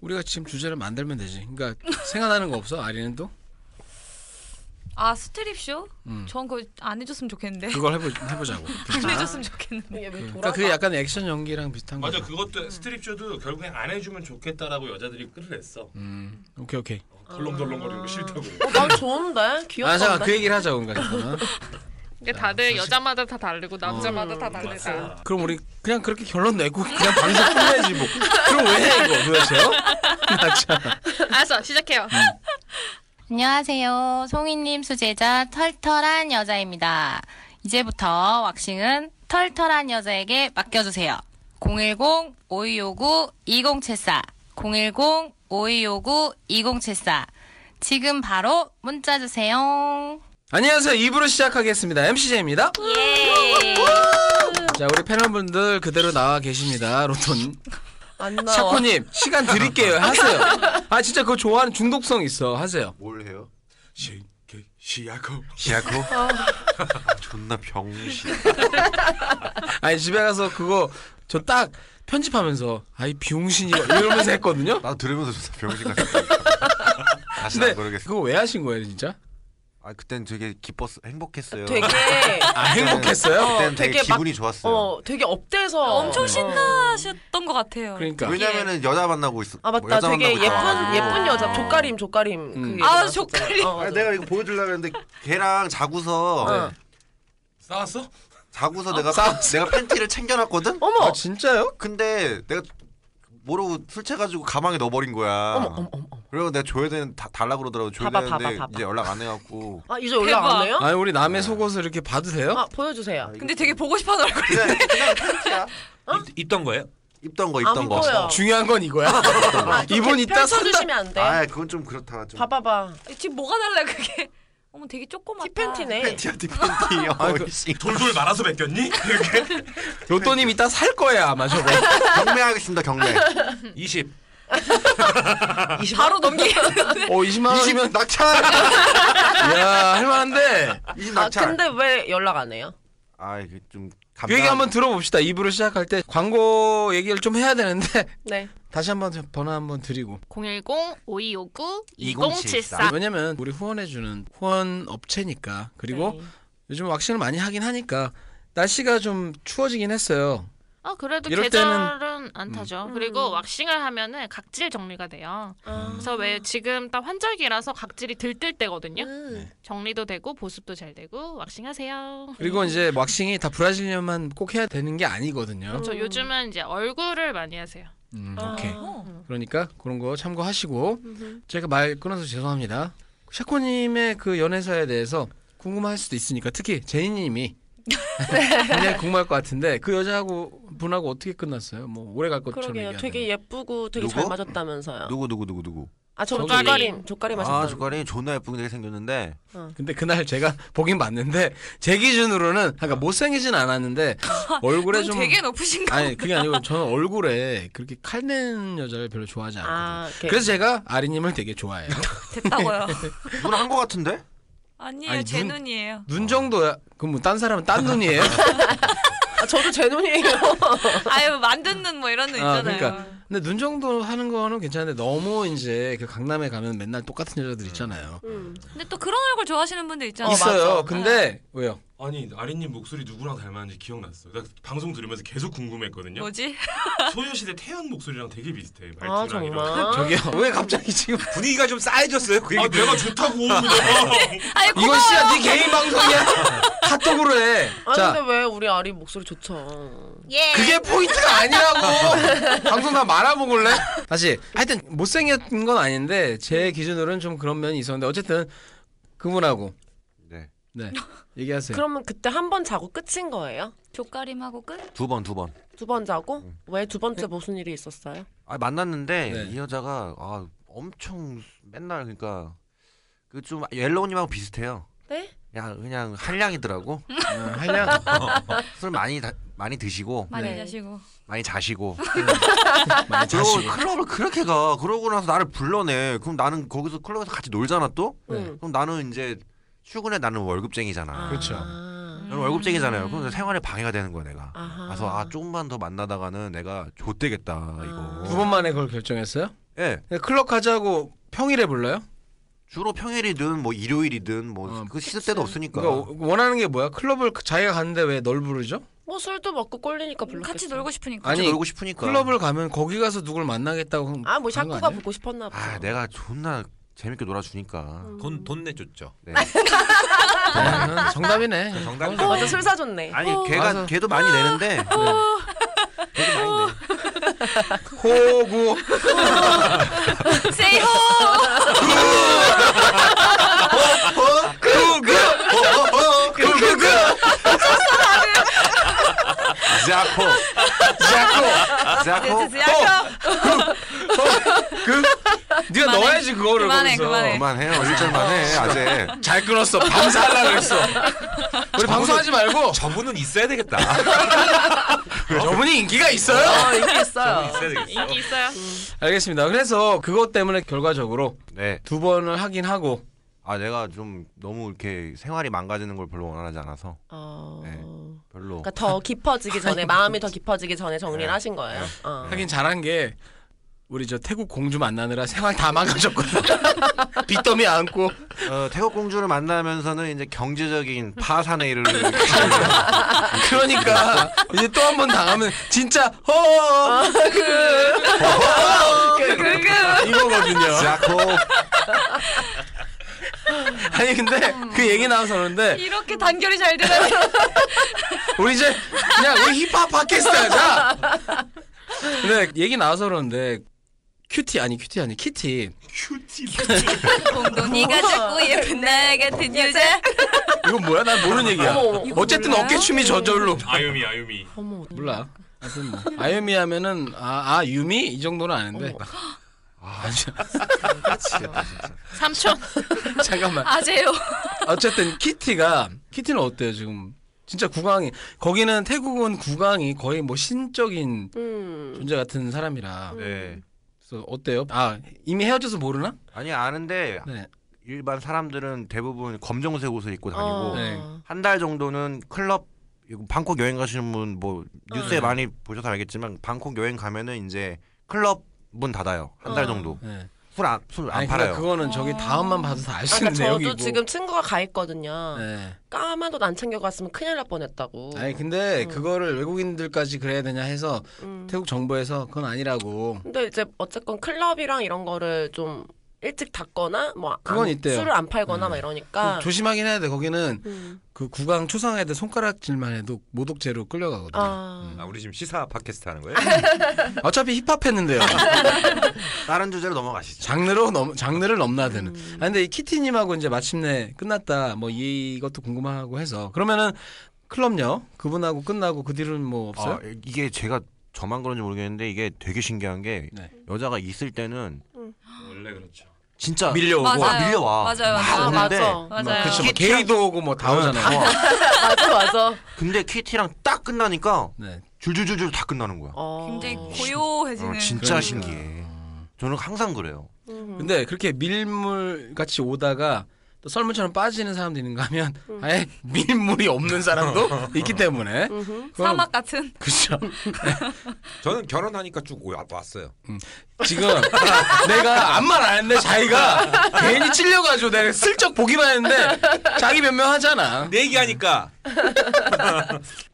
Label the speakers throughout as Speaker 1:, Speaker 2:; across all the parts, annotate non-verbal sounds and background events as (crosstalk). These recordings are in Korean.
Speaker 1: 우리가 지금 주제를 만들면 되지. 그러니까 생각나는 거 없어? 아리는 또
Speaker 2: 아 스트립 쇼?
Speaker 1: 음. 아.
Speaker 2: 전 그거 안 해줬으면 좋겠는데.
Speaker 1: 그걸 해보 해보자고.
Speaker 2: (laughs) 안 해줬으면 좋겠는데.
Speaker 3: 이게 왜
Speaker 1: 그러니까
Speaker 3: 돌아가?
Speaker 1: 그게 약간 액션 연기랑 비슷한 거.
Speaker 4: 맞아 그것도 스트립쇼도 결국엔 안 해주면 좋겠다라고 여자들이 끌을 냈어 어,
Speaker 1: 음,
Speaker 4: 그-
Speaker 1: 오케이 오케이.
Speaker 4: 덜렁덜렁거리는 거 싫다고
Speaker 3: 어, 난 좋은데
Speaker 1: 아 잠깐
Speaker 3: 귀엽던데.
Speaker 1: 그 얘기를 하자 그러니까. 잠깐만.
Speaker 5: 이게 다들 여자마다 다 다르고 남자마다 다
Speaker 1: 그렇죠.
Speaker 5: 다르다.
Speaker 4: 맞아
Speaker 1: 네, 어, 그럼 우리 그냥 그렇게 결론 내고 그냥 방송 끝내지 뭐. 그럼 왜 해, 이거 도대체요? (laughs) 나 참.
Speaker 5: 알았어 시작해요.
Speaker 6: 안녕하세요. 송이님 수제자 털털한 여자입니다. 이제부터 왁싱은 털털한 여자에게 맡겨주세요. 010-5259-2074. 010-5259-2074. 지금 바로 문자 주세요.
Speaker 1: 안녕하세요. 2부로 시작하겠습니다. MCJ입니다.
Speaker 2: 예.
Speaker 1: 자, 우리 패널분들 그대로 나와 계십니다. 로톤.
Speaker 3: 안 나와.
Speaker 1: 샤코님, 시간 드릴게요. 하세요. 아, 진짜 그거 좋아하는 중독성 있어. 하세요.
Speaker 7: 뭘 해요?
Speaker 4: 시, 시야코
Speaker 7: 시야코?
Speaker 3: 어.
Speaker 7: (laughs) 존나 병신.
Speaker 1: 아니, 집에 가서 그거 저 딱 편집하면서, 아이, 비용신이 이러면서 했거든요.
Speaker 7: 나도 들으면서 존나 병신 같았어. 다시
Speaker 3: 네.
Speaker 1: 근데
Speaker 7: 안 그러겠어.
Speaker 1: 아, 그거 왜 하신 거예요, 진짜?
Speaker 7: 아 그땐 되게 기뻤어, 행복했어요.
Speaker 1: (laughs)
Speaker 3: 되게
Speaker 1: 아, 행복했어요?
Speaker 7: 그땐 되게,
Speaker 3: 되게 막-
Speaker 7: 기분이 좋았어요.
Speaker 3: 어 되게 업돼서 네.
Speaker 2: 엄청 신나셨던 것 같아요.
Speaker 1: 어. 그러니까.
Speaker 7: 왜냐면은 여자 만나고 있었.
Speaker 3: 아 맞다
Speaker 7: 여자
Speaker 3: 되게
Speaker 7: 만나고
Speaker 3: 예쁜
Speaker 7: 있어가지고.
Speaker 3: 예쁜 여자 조카림 조카림
Speaker 1: 음.
Speaker 3: 그
Speaker 2: 아, 조카림.
Speaker 7: 아, 내가 이거 보여주려고 했는데 걔랑 자고서
Speaker 3: 어.
Speaker 4: 싸웠어?
Speaker 7: 자고서 내가
Speaker 1: 싸웠어.
Speaker 7: 내가 팬티를 챙겨놨거든.
Speaker 3: 어머
Speaker 1: 아, 진짜요?
Speaker 7: 근데 내가 모르고 술 채가지고 가방에 넣어버린 거야.
Speaker 3: 어머 어머 어머
Speaker 7: 그리고 내가 줘야 되는 다, 달라 그러더라고 줘야
Speaker 3: 봐봐,
Speaker 7: 되는데
Speaker 3: 봐봐, 봐봐.
Speaker 7: 이제 연락 안 해갖고.
Speaker 3: 아 이제 연락 안 해요?
Speaker 1: 아니, 우리 남의 속옷을 이렇게 봐도 돼요?
Speaker 3: 아 보여주세요.
Speaker 2: 근데 되게 보고 싶어하는 얼굴. (laughs)
Speaker 7: 그냥, 그냥 팬티야.
Speaker 4: 입, 입던 거예요?
Speaker 7: 입던 거
Speaker 3: 안
Speaker 7: 입던 거.
Speaker 3: 보여.
Speaker 1: 중요한 건 (laughs) 이거야.
Speaker 3: 아, 좀
Speaker 1: 이분
Speaker 3: 펼-
Speaker 1: 이따 산다.
Speaker 3: 펼쳐주시면 안 돼.
Speaker 1: 예.
Speaker 7: 아 그건 좀 그렇다. 좀.
Speaker 3: 네. 봐봐봐
Speaker 2: 지금 뭐가 달라 그게. 어머 되게 조그맣다.
Speaker 3: 티팬티네.
Speaker 7: 팬티야 티
Speaker 3: (laughs)
Speaker 7: 팬티.
Speaker 1: 그-
Speaker 7: 어이씨.
Speaker 4: 돌돌 말아서 뱉겼니?
Speaker 8: (laughs)
Speaker 4: 이렇게
Speaker 1: 로또님 이따 살 거야, 아마 저거.
Speaker 3: (laughs)
Speaker 7: 경매하겠습니다 경매.
Speaker 4: 20
Speaker 1: (laughs)
Speaker 2: 바로 넘기겠는데.
Speaker 1: 어, 20만 원이면
Speaker 7: 20면 낙찰.
Speaker 1: 야, 할만한데.
Speaker 7: 20
Speaker 3: 아
Speaker 7: 낙찰.
Speaker 3: 근데 왜 연락 안 해요?
Speaker 7: 아 이게 좀.
Speaker 1: 그 얘기 한번 들어봅시다. 2부로 시작할 때 광고 얘기를 좀 해야 되는데
Speaker 3: 네.
Speaker 1: 다시 한번 번호 한번 드리고
Speaker 7: 2074.
Speaker 5: 010-5259-2074.
Speaker 1: 아, 왜냐면 우리 후원해주는 후원 업체니까 그리고
Speaker 3: 네.
Speaker 1: 요즘 왁싱을 많이 하긴 하니까 날씨가 좀 추워지긴 했어요.
Speaker 5: 아 그래도
Speaker 1: 이럴
Speaker 5: 계절은
Speaker 1: 때는- 음.
Speaker 5: 안 타죠. 그리고 왁싱을 하면은 각질 정리가 돼요.
Speaker 3: 음. 아.
Speaker 5: 그래서 왜 지금 딱 환절기라서 각질이 들뜰 때거든요.
Speaker 1: 네.
Speaker 3: 음.
Speaker 5: 정리도 되고 보습도 잘 되고 왁싱하세요.
Speaker 1: 그리고 이제
Speaker 3: 음.
Speaker 1: 왁싱이 다 브라질리언만 꼭 해야 되는 게 아니거든요.
Speaker 3: 음.
Speaker 5: 저 요즘은 이제 얼굴을 많이 하세요.
Speaker 1: 음,
Speaker 3: 아.
Speaker 1: 오케이.
Speaker 2: 어.
Speaker 1: 그러니까 그런 거 참고하시고 제가 말 끊어서 죄송합니다. 샤코님의 그 연애사에 대해서 궁금할 수도 있으니까 특히
Speaker 3: (laughs)
Speaker 1: 제이님이
Speaker 3: 네.
Speaker 1: 굉장히 궁금할 것 같은데 그 여자하고 분하고 어떻게 끝났어요? 뭐 오래 갈 것처럼
Speaker 3: 그러게요.
Speaker 1: 얘기하는.
Speaker 3: 되게 예쁘고 되게
Speaker 7: 누구?
Speaker 3: 잘 맞았다면서요.
Speaker 7: 누구 누구 누구 누구.
Speaker 3: 아 저는
Speaker 1: 저기-
Speaker 3: 조카림 조카림 하셨다.
Speaker 7: 아 조카리 존나 예쁘게 되게 생겼는데
Speaker 1: 근데 그날 제가 (laughs) 보긴 봤는데 제 기준으로는 그러니까 못생기진
Speaker 2: (laughs)
Speaker 1: 않았는데 얼굴에
Speaker 2: 눈
Speaker 1: 좀
Speaker 2: 되게 높으신가?
Speaker 1: 아니 그게 아니고 저는 얼굴에 그렇게 칼낸 여자를 별로 좋아하지 않거든요.
Speaker 3: 아 이렇게.
Speaker 1: 그래서 제가 아리님을 되게 좋아해요.
Speaker 2: 됐다고요.
Speaker 7: 눈한거 같은데?
Speaker 2: (laughs) 아니에요.
Speaker 1: 아니,
Speaker 2: 제
Speaker 1: 눈-
Speaker 2: 눈... 이에요
Speaker 1: 눈 정도야. 그럼 뭐 딴 사람은 딴
Speaker 2: (laughs)
Speaker 1: 눈이에요? 아,
Speaker 3: 아, 저도 (laughs) 제 눈이에요.
Speaker 2: 아유 만든 눈 뭐 이런 눈
Speaker 1: 아,
Speaker 2: 있잖아요.
Speaker 1: 그러니까. 근데 눈 정도 하는 거는 괜찮은데 너무 이제 그 강남에 가면 맨날 똑같은 여자들 있잖아요.
Speaker 2: 음. 근데 또 그런 얼굴 좋아하시는 분들 있잖아요. 네.
Speaker 1: 있어요.
Speaker 3: 맞아.
Speaker 1: 근데 왜요?
Speaker 4: 아니 아린님 목소리 누구랑 닮았는지 기억났어 나 방송 들으면서 계속
Speaker 1: 네.
Speaker 4: 궁금했거든요
Speaker 2: 뭐지?
Speaker 4: 소녀시대 태연 목소리랑 되게 비슷해 말투랑
Speaker 3: 아
Speaker 4: 이런
Speaker 2: 어?
Speaker 3: 정말.
Speaker 2: (laughs)
Speaker 1: 저기요. 왜 갑자기 지금
Speaker 4: 분위기가 좀 싸해졌어요 그 얘기 아 내가 좋다고 그냥
Speaker 2: 아유
Speaker 1: 이건
Speaker 2: 고마워요.
Speaker 1: 씨야 네 개인
Speaker 2: (laughs)
Speaker 1: 방송이야. 카톡으로 해.
Speaker 3: 아
Speaker 1: 자,
Speaker 3: 근데 왜 우리 아리 목소리 좋죠?
Speaker 1: 그게 포인트가 아니라고. (laughs) 방송 다 말아먹을래? 다시. 하여튼 못생긴 건 아닌데 제 기준으로는 좀 그런 면이 있었는데 어쨌든 그분하고
Speaker 7: 네.
Speaker 1: 네. 얘기하세요.
Speaker 3: 그러면 그때 한 번 자고 끝인 거예요?
Speaker 2: 조가림하고 끝?
Speaker 7: 두 번 두 번.
Speaker 3: 두 번 자고
Speaker 1: 음.
Speaker 3: 왜 두 번째 무슨 일이 있었어요?
Speaker 7: 아 만났는데
Speaker 1: 네.
Speaker 7: 이 여자가 아 엄청 맨날 그러니까 그 좀 옐로우님하고 비슷해요.
Speaker 3: 네? 음?
Speaker 7: 야 그냥 한량이더라고.
Speaker 1: 어, 한량.
Speaker 7: 술 많이 다, 많이 드시고
Speaker 2: 많이
Speaker 3: 네.
Speaker 2: 하시고
Speaker 7: 많이 자시고.
Speaker 1: 많이
Speaker 7: 그러고
Speaker 1: 자식.
Speaker 7: 클럽을 그렇게 가. 그러고 나서 나를 불러내. 그럼 나는 거기서 클럽에서 같이 놀잖아 또.
Speaker 3: 응.
Speaker 7: 네. 그럼 나는 이제 출근에 나는 월급쟁이잖아.
Speaker 1: 그렇죠.
Speaker 3: 네. 아.
Speaker 7: 저는 월급쟁이잖아요. 그럼 생활에 방해가 되는 거야 내가.
Speaker 3: 아하.
Speaker 7: 그래서 아 조금만 더 만나다가는 내가 좆되겠다
Speaker 3: 아.
Speaker 7: 이거.
Speaker 1: 두 번 만에 그걸 결정했어요?
Speaker 7: 예.
Speaker 1: 클럽 가자고 평일에 불러요?
Speaker 7: 주로 평일이든 뭐 일요일이든 뭐
Speaker 1: 어,
Speaker 7: 그 시도 때도 없으니까.
Speaker 1: 그러니까 원하는 게 뭐야? 클럽을 자기가 가는데 왜 널 부르죠?
Speaker 3: 뭐 술도 먹고
Speaker 2: 음,
Speaker 3: 꼴리니까 불렀겠어.
Speaker 2: 같이 놀고 싶으니까.
Speaker 7: 같이
Speaker 1: 아니,
Speaker 7: 놀고 싶으니까.
Speaker 1: 클럽을 가면 거기 가서 누굴 만나겠다고
Speaker 3: 아뭐
Speaker 1: 가는 거
Speaker 3: 샤코가
Speaker 1: 아니에요? 네.
Speaker 3: 보고 싶었나 보다.
Speaker 7: 아 내가 존나 재밌게 놀아주니까.
Speaker 3: 음.
Speaker 8: 돈 돈 내줬죠.
Speaker 7: 네.
Speaker 1: 아, 정답이네.
Speaker 8: 저 정답이죠.
Speaker 3: 어, 맞아 술 사줬네.
Speaker 7: 아니
Speaker 1: 맞아.
Speaker 7: 걔가 걔도 많이 내는데. 걔도 많이 내.
Speaker 1: 호구
Speaker 2: 세이호.
Speaker 1: 호구구
Speaker 7: 자코
Speaker 3: 네,
Speaker 2: 네,
Speaker 7: 자코 자코.
Speaker 1: 어. 그 네가
Speaker 2: 그만해.
Speaker 1: 넣어야지 그거를
Speaker 2: 그만해,
Speaker 1: 거기서.
Speaker 2: 그만해.
Speaker 7: 그만해요.
Speaker 3: 네.
Speaker 7: 일절만 해 아재.
Speaker 1: 잘 끊었어. 방사 하려고 했어. 우리 방송하지 말고
Speaker 8: 저분은 있어야 되겠다.
Speaker 1: 저분이 인기가 있어요.
Speaker 3: 어 이게 있어요.
Speaker 8: 있어야 되겠어.
Speaker 5: 인기 있어요.
Speaker 1: 알겠습니다. 그래서 그것 때문에 결과적으로
Speaker 7: 네.
Speaker 1: 두 번을 하긴 하고
Speaker 7: 아 내가 좀 너무 이렇게 생활이 망가지는 걸 별로 원하지 않아서
Speaker 3: 어.
Speaker 7: 네. 별로.
Speaker 3: 그러니까 더 깊어지기 전에
Speaker 1: 아, 네.
Speaker 3: 마음이 더 깊어지기 전에 정리를
Speaker 7: 네.
Speaker 3: 하신 거예요. 어.
Speaker 1: 하긴 잘한 게 우리 저 태국 공주 만나느라 생활 다 망가졌거든. (laughs) 빚더미 안고
Speaker 7: 어, 태국 공주를 만나면서는 이제 경제적인 파산에 (laughs) 이르는 그렇죠.
Speaker 1: 그러니까 이제 또 한 번 당하면 진짜 허그 이거거든요.
Speaker 7: 자코
Speaker 1: 아니 근데 그 얘기 나와서 그런데
Speaker 2: 이렇게 단결이 잘 되나?
Speaker 1: 음. 우리 이제 그냥 우리 힙합 팟캐스트 하자. 근데 얘기 나와서 그러는데 큐티 아니 큐티 아니 키티
Speaker 4: 큐티.
Speaker 2: 공동이가 자꾸 예쁜 나 같은 여자.
Speaker 1: 이건 뭐야? 난 모르는 얘기야.
Speaker 3: 어머, 어머.
Speaker 2: 이거
Speaker 1: 어쨌든
Speaker 2: 몰라요?
Speaker 1: 어깨춤이 저절로
Speaker 4: 아유미 아유미.
Speaker 3: 어머
Speaker 1: 몰라. 하여튼 뭐 아유미 하면은 아, 아 유미 이 정도는 아는데 아,
Speaker 7: 미치겠다 진짜.
Speaker 3: (laughs)
Speaker 5: 삼촌.
Speaker 1: (laughs) 잠깐만
Speaker 2: 아재요.
Speaker 1: 어쨌든 키티가 키티는 어때요 지금 진짜 국왕이 거기는 태국은 국왕이 거의 뭐 신적인
Speaker 3: 음.
Speaker 1: 존재 같은 사람이라
Speaker 7: 네.
Speaker 1: 그래서 어때요 아 이미 헤어져서 모르나
Speaker 7: 아니 아는데
Speaker 1: 네
Speaker 7: 일반 사람들은 대부분 검정색 옷을 입고 다니고
Speaker 3: 어.
Speaker 1: 네.
Speaker 7: 한 달 정도는 클럽 이거 방콕 여행 가시는 분 뭐 뉴스에
Speaker 1: 어.
Speaker 7: 많이 보셔서 알겠지만 방콕 여행 가면은 이제 클럽 문 닫아요 한 달
Speaker 3: 어.
Speaker 7: 정도
Speaker 1: 네.
Speaker 7: 술 안 술 안
Speaker 1: 아니, 근데
Speaker 7: 팔아요
Speaker 1: 그거는 저기
Speaker 2: 어.
Speaker 1: 다음만 봐도 다 알 수
Speaker 3: 그러니까
Speaker 1: 있는
Speaker 3: 저도
Speaker 1: 내용이고
Speaker 3: 지금 친구가 가 있거든요.
Speaker 1: 네.
Speaker 3: 까만 옷 안 챙겨갔으면 큰일 날 뻔했다고.
Speaker 1: 아니 근데
Speaker 3: 음.
Speaker 1: 그거를 외국인들까지 그래야 되냐 해서
Speaker 3: 음.
Speaker 1: 태국 정부에서 그건 아니라고
Speaker 3: 근데 이제 어쨌건 클럽이랑 이런 거를 좀 일찍 닫거나 뭐 안-
Speaker 1: 그건 있대요. 네.
Speaker 3: 술을 안 팔거나 막 이러니까.
Speaker 1: 조심하긴 해야 돼 거기는
Speaker 3: 음.
Speaker 1: 그 구강 초상 애들 손가락질만 해도 모독죄로 끌려가거든요.
Speaker 3: 아.
Speaker 8: 아, 우리 지금 시사 팟캐스트 하는 거예요?
Speaker 1: 어차피
Speaker 3: (laughs)
Speaker 1: 힙합했는데요.
Speaker 7: 다른 주제로 넘어가시죠
Speaker 1: 장르로 넘 장르를 넘나드는.
Speaker 2: 음.
Speaker 1: 아, 근데 이 키티님하고 이제 마침내 끝났다. 뭐 이것도 궁금하고 해서 그러면은 클럽요 그분하고 끝나고 그 뒤로는 뭐 없어요?
Speaker 7: 아, 이게 제가 저만 그런지 모르겠는데 이게 되게 신기한 게
Speaker 1: 네.
Speaker 7: 여자가 있을 때는
Speaker 4: 원래 그렇죠.
Speaker 7: 진짜
Speaker 1: 예. 밀려오고
Speaker 2: 맞아요.
Speaker 7: 밀려와.
Speaker 2: 맞아요,
Speaker 7: 막
Speaker 2: 맞아요.
Speaker 3: 아,
Speaker 7: 오는데
Speaker 3: 맞아.
Speaker 2: 맞아요.
Speaker 1: 그렇죠. 뭐
Speaker 7: 키티랑-
Speaker 1: 게이도 오고 뭐 다 오잖아요.
Speaker 7: 와.
Speaker 3: 맞아, 맞아.
Speaker 7: 근데 키티랑 딱 끝나니까
Speaker 1: (laughs) 네.
Speaker 7: 줄줄줄줄 다 끝나는 거야.
Speaker 3: 어.
Speaker 2: 굉장히 고요해지는.
Speaker 7: 어, 진짜
Speaker 1: 그러니까.
Speaker 7: 신기해. 저는 항상 그래요.
Speaker 3: 음.
Speaker 1: 근데 그렇게 밀물 같이 오다가 또 썰물처럼 빠지는 사람도 있는가 하면
Speaker 2: 음.
Speaker 1: 아예 밀물이 없는 (laughs) 사람도 있기 때문에
Speaker 3: 음흠.
Speaker 1: 그건-
Speaker 2: 사막 같은.
Speaker 1: 그렇죠.
Speaker 8: 저는 결혼하니까 쭉 오- 왔어요.
Speaker 1: 지금 내가 아무 말 안 했는데 자기가 괜히 찔려가지고 내가 슬쩍 보기만 했는데 자기 변명하잖아.
Speaker 8: 내 얘기하니까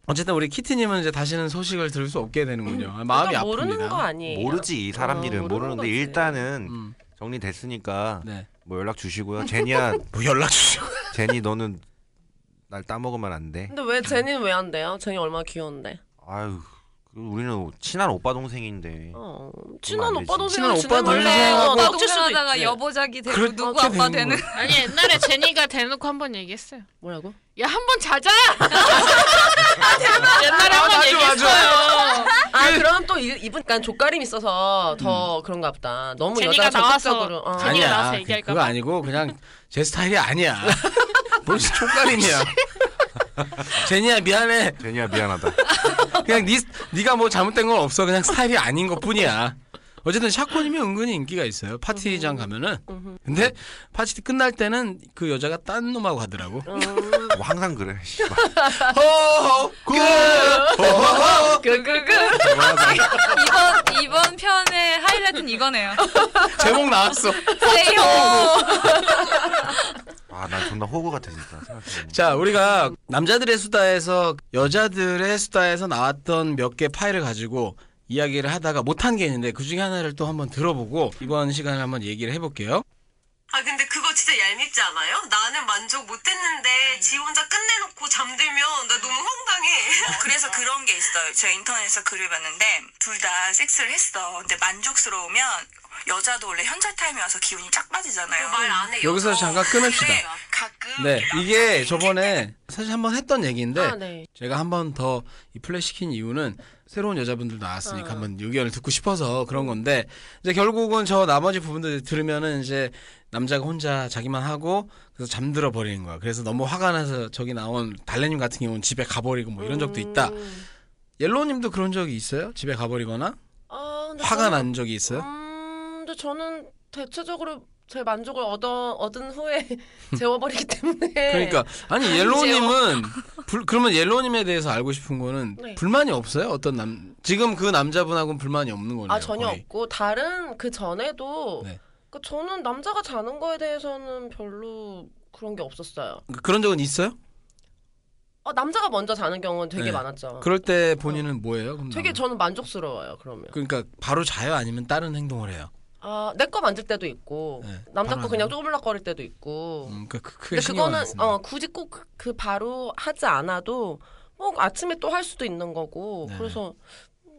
Speaker 1: 어쨌든 우리 키티님은 이제 다시는 소식을 들을 수 없게 되는군요. 아, 마음이
Speaker 3: 그러니까
Speaker 1: 아픕니다.
Speaker 3: 모르는 거 아니에요?
Speaker 7: 모르지 이 사람
Speaker 3: 어,
Speaker 7: 일은
Speaker 3: 모르는
Speaker 7: 모르는데
Speaker 3: 거지.
Speaker 7: 일단은
Speaker 1: 음,
Speaker 7: 정리됐으니까
Speaker 1: 네.
Speaker 7: 뭐 연락
Speaker 3: (laughs)
Speaker 7: 주시고요. 제니야,
Speaker 1: 뭐 연락 주시고.
Speaker 7: 제니 너는 날 따먹으면 안 돼.
Speaker 3: 근데 왜 제니는 왜 안 돼요? 제니 얼마나 귀여운데.
Speaker 7: 아유, 그 우리는 친한 오빠 동생인데.
Speaker 3: 어, 친한
Speaker 7: 안
Speaker 3: 오빠
Speaker 7: 되지.
Speaker 1: 친한
Speaker 3: 동생은
Speaker 1: 오빠
Speaker 2: 원래
Speaker 1: 동생하고
Speaker 2: 오빠
Speaker 3: 어쩔 네, 뭐 수도
Speaker 2: 동생하다가
Speaker 3: 있지. 네.
Speaker 2: 여보자기 되고
Speaker 1: 그렇게
Speaker 2: 누구 아빠
Speaker 1: 되는
Speaker 2: 되는.
Speaker 5: 아니 옛날에 제니가 대놓고 한 번 얘기했어요.
Speaker 3: 뭐라고?
Speaker 5: 야 한
Speaker 3: (laughs)
Speaker 5: 번 자자. 옛날에 한 번 얘기했어요.
Speaker 3: 아 그럼 또 이- 이분 약간 족가림 있어서 더
Speaker 1: 음.
Speaker 3: 그런가 보다. 너무
Speaker 5: 제니가
Speaker 3: 여자
Speaker 5: 나와서-
Speaker 3: 적극적으로. 어.
Speaker 5: 제니- 아니야, 나와서
Speaker 1: 그,
Speaker 5: 얘기할까
Speaker 1: 그거
Speaker 5: 봐.
Speaker 1: 아니고 그냥 제 스타일이 아니야. 뭔 촉감이냐. (laughs) 제니야 미안해.
Speaker 3: (laughs)
Speaker 7: 제니야 미안하다.
Speaker 1: 그냥 니 네가 뭐 잘못된 건 없어. 그냥 스타일이 아닌 것 뿐이야. 어쨌든 샤코님이 은근히 인기가 있어요. 파티장 가면은. 근데 파티 끝날 때는 그 여자가 딴 놈하고 가더라고. 어,
Speaker 3: 음.
Speaker 7: 뭐 항상 그래. 씨발.
Speaker 2: 그그그 이번 이번 편의 하이라이트는 이거네요.
Speaker 1: 제목 나왔어.
Speaker 2: 세요.
Speaker 7: 아, 난 존나 호구 같아 진짜. 생각해보면.
Speaker 1: 자, 우리가 남자들의 수다에서 여자들의 수다에서 나왔던 몇 개 파일을 가지고 이야기를 하다가 못한 게 있는데 그 중에 하나를 또 한번 들어보고 이번 시간에 한번 얘기를 해볼게요.
Speaker 9: 아 근데 그거 진짜 얄밉지 않아요? 나는 만족 못했는데 지 혼자 끝내놓고 잠들면 나 너무 황당해. 어, (laughs) 그래서 그런 게 있어요. 제가 인터넷에서 글을 봤는데 둘 다 섹스를 했어. 근데 만족스러우면 여자도 원래 현찰 타임이 와서 기운이 쫙 빠지잖아요. 그 말 안 해.
Speaker 1: 여기서 잠깐 끊읍시다.
Speaker 9: 가끔
Speaker 1: 네, 이게 저번에 사실 한번 했던 얘기인데
Speaker 3: 아, 네.
Speaker 1: 제가 한 번 더 이 플래시 시킨 이유는 새로운 여자분들 나왔으니까
Speaker 3: 어.
Speaker 1: 한번 의견을 듣고 싶어서 그런 건데 이제 결국은 저 나머지 부분들 들으면은 이제 남자가 혼자 자기만 하고 그래서 잠들어 버리는 거야. 그래서 너무 화가 나서 저기 나온 달래님 같은 경우는 집에 가버리고 뭐 이런 적도 있다.
Speaker 3: 음.
Speaker 1: 옐로우님도 그런 적이 있어요? 집에 가버리거나
Speaker 3: 아, 근데
Speaker 1: 화가
Speaker 3: 저는-
Speaker 1: 난 적이 있어요?
Speaker 3: 음, 근데 저는 대체적으로 제 만족을 얻어 얻은 후에 (laughs) 재워버리기 때문에.
Speaker 1: 그러니까 아니 옐로우님은 불- 그러면 옐로우님에 대해서 알고 싶은 거는
Speaker 3: 네.
Speaker 1: 불만이 없어요? 어떤 남 지금 그 남자분하고는 불만이 없는 거네요.
Speaker 3: 아 전혀
Speaker 1: 거의.
Speaker 3: 없고 다른 그 전에도
Speaker 1: 네.
Speaker 3: 그 저는 남자가 자는 거에 대해서는 별로 그런 게 없었어요.
Speaker 1: 그런 적은 있어요?
Speaker 3: 어, 남자가 먼저 자는 경우는 되게
Speaker 1: 네.
Speaker 3: 많았죠.
Speaker 1: 그럴 때 본인은 뭐예요? 그럼
Speaker 3: 되게
Speaker 1: 나는?
Speaker 3: 저는 만족스러워요. 그러면
Speaker 1: 그러니까 바로 자요 아니면 다른 행동을 해요.
Speaker 3: 아, 내 거 만질 때도 있고
Speaker 1: 네,
Speaker 3: 어, 남자
Speaker 1: 바로
Speaker 3: 거 그냥
Speaker 1: 하죠.
Speaker 3: 쪼물락거릴 때도 있고.
Speaker 1: 음, 그 그- 크게
Speaker 3: 근데
Speaker 1: 신경
Speaker 3: 그거는
Speaker 1: 안 쓰는.
Speaker 3: 어, 굳이 꼭 그 바로 하지 않아도 뭐 아침에 또 할 수도 있는 거고.
Speaker 1: 네.
Speaker 3: 그래서 음,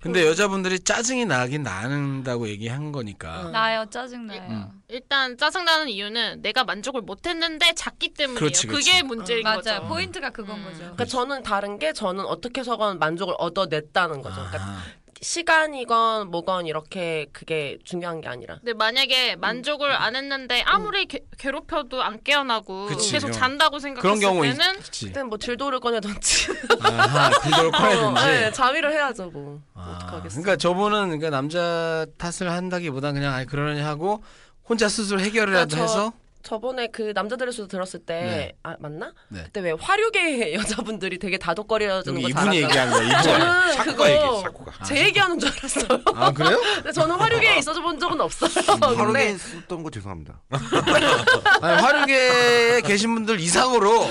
Speaker 1: 근데 여자분들이 짜증이 나긴 나는다고 얘기한 거니까.
Speaker 3: 음.
Speaker 2: 나요 짜증나요.
Speaker 1: 음.
Speaker 5: 일단 짜증나는 이유는 내가 만족을 못했는데 작기 때문이에요.
Speaker 1: 그렇지, 그렇지.
Speaker 5: 게 문제인
Speaker 2: 맞아요.
Speaker 5: 거죠.
Speaker 2: 포인트가 그건
Speaker 5: 음.
Speaker 2: 거죠.
Speaker 3: 그러니까 저는 다른 게 저는 어떻게 해서건 만족을 얻어냈다는 거죠. 그러니까
Speaker 1: 아,
Speaker 3: 시간이건 뭐건 이렇게 그게 중요한 게 아니라.
Speaker 1: 네.
Speaker 5: 근데 만약에 만족을 안 했는데 아무리 괴, 괴롭혀도 안 깨어나고
Speaker 1: 음. 그치,
Speaker 5: 계속
Speaker 1: 그럼.
Speaker 5: 잔다고
Speaker 1: 그런
Speaker 5: 생각했을
Speaker 1: 경우
Speaker 5: 때는
Speaker 3: (laughs)
Speaker 1: 있지.
Speaker 3: 그때 뭐 질도를 꺼내든지.
Speaker 1: (laughs) 아하, 그걸
Speaker 3: 어, 네,
Speaker 1: 꺼내든지.
Speaker 3: 자위를 해야죠 뭐.
Speaker 1: 아,
Speaker 3: 어떡하겠어.
Speaker 1: 그러니까 저분은 그러니까 남자 탓을 한다기보단 그냥 아이 그러니 하고 혼자 스스로 해결이라도
Speaker 3: 아, 저-
Speaker 1: 해서
Speaker 3: 저번에 그 남자들의 수도 들었을 때
Speaker 1: 네.
Speaker 3: 아, 맞나?
Speaker 1: 네.
Speaker 3: 그때 왜 화류계 (laughs) 여자분들이 되게 다독거려주는
Speaker 1: 여기
Speaker 3: 거
Speaker 1: 이분이
Speaker 3: 잘한다고.
Speaker 1: 얘기한 거예요. 이분.
Speaker 3: 아, 저는 그거
Speaker 8: 네, 샤코가 얘기해 샤코가
Speaker 3: 제 얘기하는 줄 알았어요.
Speaker 1: 아 그래요? 아.
Speaker 3: (laughs)
Speaker 1: 음,
Speaker 3: 근데 저는 화류계에 있어져 본 적은 없어요.
Speaker 7: 하루
Speaker 3: (laughs) 근데
Speaker 7: 종일 썼던 거뭐 죄송합니다.
Speaker 3: (laughs)
Speaker 1: 아니, 화류계에 계신 분들 이상으로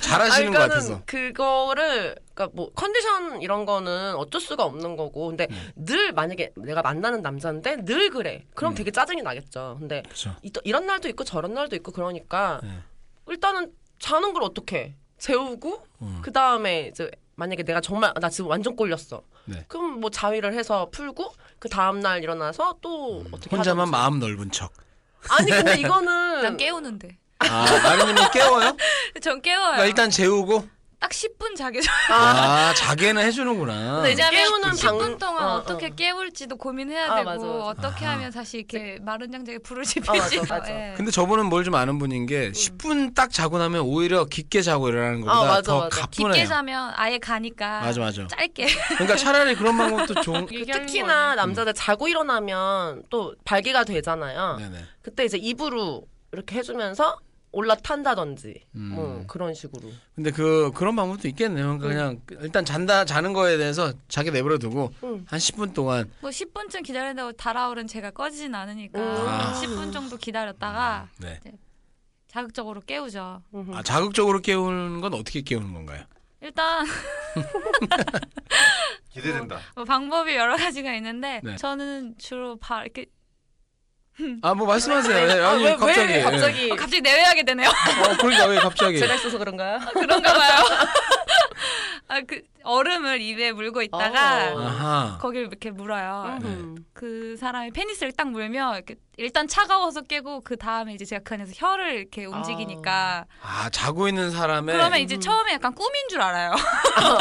Speaker 1: 잘하시는 것 같아서.
Speaker 3: 그러니까는 그거를 그러니까 뭐 컨디션 이런 거는 어쩔 수가 없는 거고 근데
Speaker 1: 네.
Speaker 3: 늘 만약에 내가 만나는 남자인데 늘 그래 그럼
Speaker 1: 음.
Speaker 3: 되게 짜증이 나겠죠 근데
Speaker 1: 그쵸.
Speaker 3: 이, 이런 날도 있고 저런 날도 있고 그러니까
Speaker 1: 네.
Speaker 3: 일단은 자는 걸 어떻게 재우고
Speaker 1: 음.
Speaker 3: 그 다음에 이제 만약에 내가 정말 나 지금 완전 꼴렸어
Speaker 1: 네.
Speaker 3: 그럼 뭐 자위를 해서 풀고 그 다음 날 일어나서 또 어떻게
Speaker 1: 혼자만
Speaker 3: 하든지.
Speaker 1: 마음 넓은 척.
Speaker 3: 아니 근데
Speaker 1: (laughs)
Speaker 2: 난
Speaker 3: 이거는
Speaker 2: 깨우는데.
Speaker 1: 아, 마리님이 깨워요?
Speaker 2: 전 깨워요.
Speaker 1: 그러니까 일단 재우고
Speaker 2: 딱 10분 자기
Speaker 1: 아, 자기는 해주는구나.
Speaker 2: 근데 왜냐면
Speaker 3: 네, 깨우는
Speaker 2: 10분
Speaker 3: 방-
Speaker 2: 동안
Speaker 3: 어,
Speaker 2: 어, 떻게
Speaker 3: 어.
Speaker 2: 깨울지도 고민해야
Speaker 3: 아,
Speaker 2: 되고
Speaker 3: 맞아, 맞아. 네.
Speaker 2: 어떻게
Speaker 1: 아하.
Speaker 2: 하면 다시 이렇게 마른 장작에 불을
Speaker 3: 아, 맞아,
Speaker 2: 지피지. 예.
Speaker 3: 맞아.
Speaker 1: 근데 저분은 뭘 좀 아는 분인 게 10분 딱 자고 나면 오히려 깊게 자고 일어나는 것보다
Speaker 3: 아, 맞아,
Speaker 1: 더
Speaker 3: 맞아.
Speaker 1: 가뿐해요.
Speaker 2: 깊게 자면 아예 가니까
Speaker 1: 맞아 맞아.
Speaker 2: 짧게.
Speaker 1: 그러니까 차라리 그런 방법도
Speaker 5: (laughs)
Speaker 1: 좋은.
Speaker 5: 얘기하는 거
Speaker 3: 특히나 남자들 자고 일어나면 또 발기가 되잖아요
Speaker 1: 네네.
Speaker 3: 그때 이제 입으로 이렇게 해주면서 올라탄다든지
Speaker 1: 음.
Speaker 3: 뭐 그런 식으로
Speaker 1: 근데 그 그런 방법도 있겠네요. 그러니까 그냥 일단 잔다 자는 거에 대해서 자기 내버려 두고
Speaker 3: 음.
Speaker 1: 한 10분 동안
Speaker 2: 뭐 10분쯤 기다린다고 달아오른 제가 꺼지진 않으니까
Speaker 3: 음.
Speaker 1: 아.
Speaker 2: 10분 정도 기다렸다가
Speaker 1: 네.
Speaker 2: 자극적으로 깨우죠.
Speaker 3: 음.
Speaker 1: 아, 자극적으로 깨우는 건 어떻게 깨우는 건가요?
Speaker 2: 일단
Speaker 8: 기대된다
Speaker 2: 뭐 방법이 여러 가지가 있는데
Speaker 1: 네. 저는
Speaker 2: 저는 주로 바 이렇게
Speaker 1: 아 뭐 말씀하세요. 네, 아니
Speaker 3: 왜,
Speaker 1: 갑자기.
Speaker 3: 왜
Speaker 1: 예.
Speaker 3: 갑자기
Speaker 2: 아, 갑자기 내외하게 되네요.
Speaker 1: 어, 그러니까 왜 갑자기?
Speaker 3: 제가 있어서 그런가요?
Speaker 2: (laughs) 그런가 (laughs) 봐요. 아 그 얼음을 입에 물고 있다가
Speaker 3: 어.
Speaker 1: 아하.
Speaker 2: 거기를 이렇게 물어요.
Speaker 1: 네.
Speaker 3: 음.
Speaker 2: 그 사람이 페니스를 딱 물면 이렇게 일단 차가워서 깨고 그 다음에 이제 제가 그 안에서 혀를 이렇게 움직이니까
Speaker 1: 아 네. 자고 있는 사람의
Speaker 2: 그러면 이제 처음에 약간 꿈인 줄 알아요.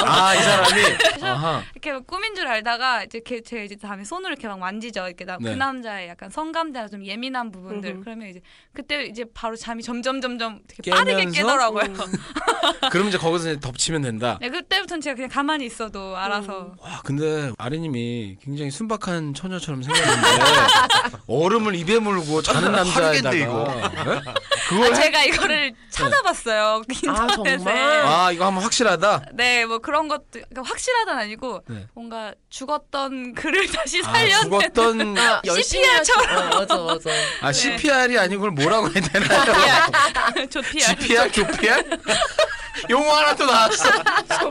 Speaker 1: 아이 사람이 아하
Speaker 2: 이렇게 막 꿈인 줄 알다가 이제 걔- 제가 이제 다음에 손으로 이렇게 막 만지죠. 이렇게 나,
Speaker 1: 네.
Speaker 2: 그 남자의 약간 성감대나 좀 예민한 부분들
Speaker 3: 음흠.
Speaker 2: 그러면 이제 그때 이제 바로 잠이 점점 점점 되게
Speaker 1: 깨면서? 음.
Speaker 2: 빠르게 깨더라고요.
Speaker 1: 그럼 이제 거기서 이제 덮치면 된다.
Speaker 2: 네, 그때부터는 제가 그냥 그냥 가만히 있어도 알아서
Speaker 1: 와 근데 아리님이 굉장히 순박한 처녀처럼 생겼는데 얼음을 입에 물고 자는 남자에다가
Speaker 7: 화르겠네, 이거.
Speaker 1: 네? 그걸 해?
Speaker 2: 아, 제가 이거를 찾아봤어요 (laughs) 그 인터넷에
Speaker 3: 정말?
Speaker 1: 네. 아 이거 한번 확실하다
Speaker 2: 네 뭐 그런 것도 그러니까 확실하다는 아니고
Speaker 1: 네.
Speaker 2: 뭔가 죽었던 글을 (laughs) 다시
Speaker 1: 아,
Speaker 2: 살려낸 (laughs)
Speaker 1: 죽었던
Speaker 3: 아,
Speaker 2: CPR처럼.
Speaker 3: 어, 맞아 맞아.
Speaker 1: 아 CPR이 아니고 그걸 뭐라고 해야
Speaker 2: (laughs)
Speaker 1: 되나요?
Speaker 2: 네.
Speaker 1: (laughs)
Speaker 2: 조피아
Speaker 1: GPR 조PR 용어 하나 또 나왔어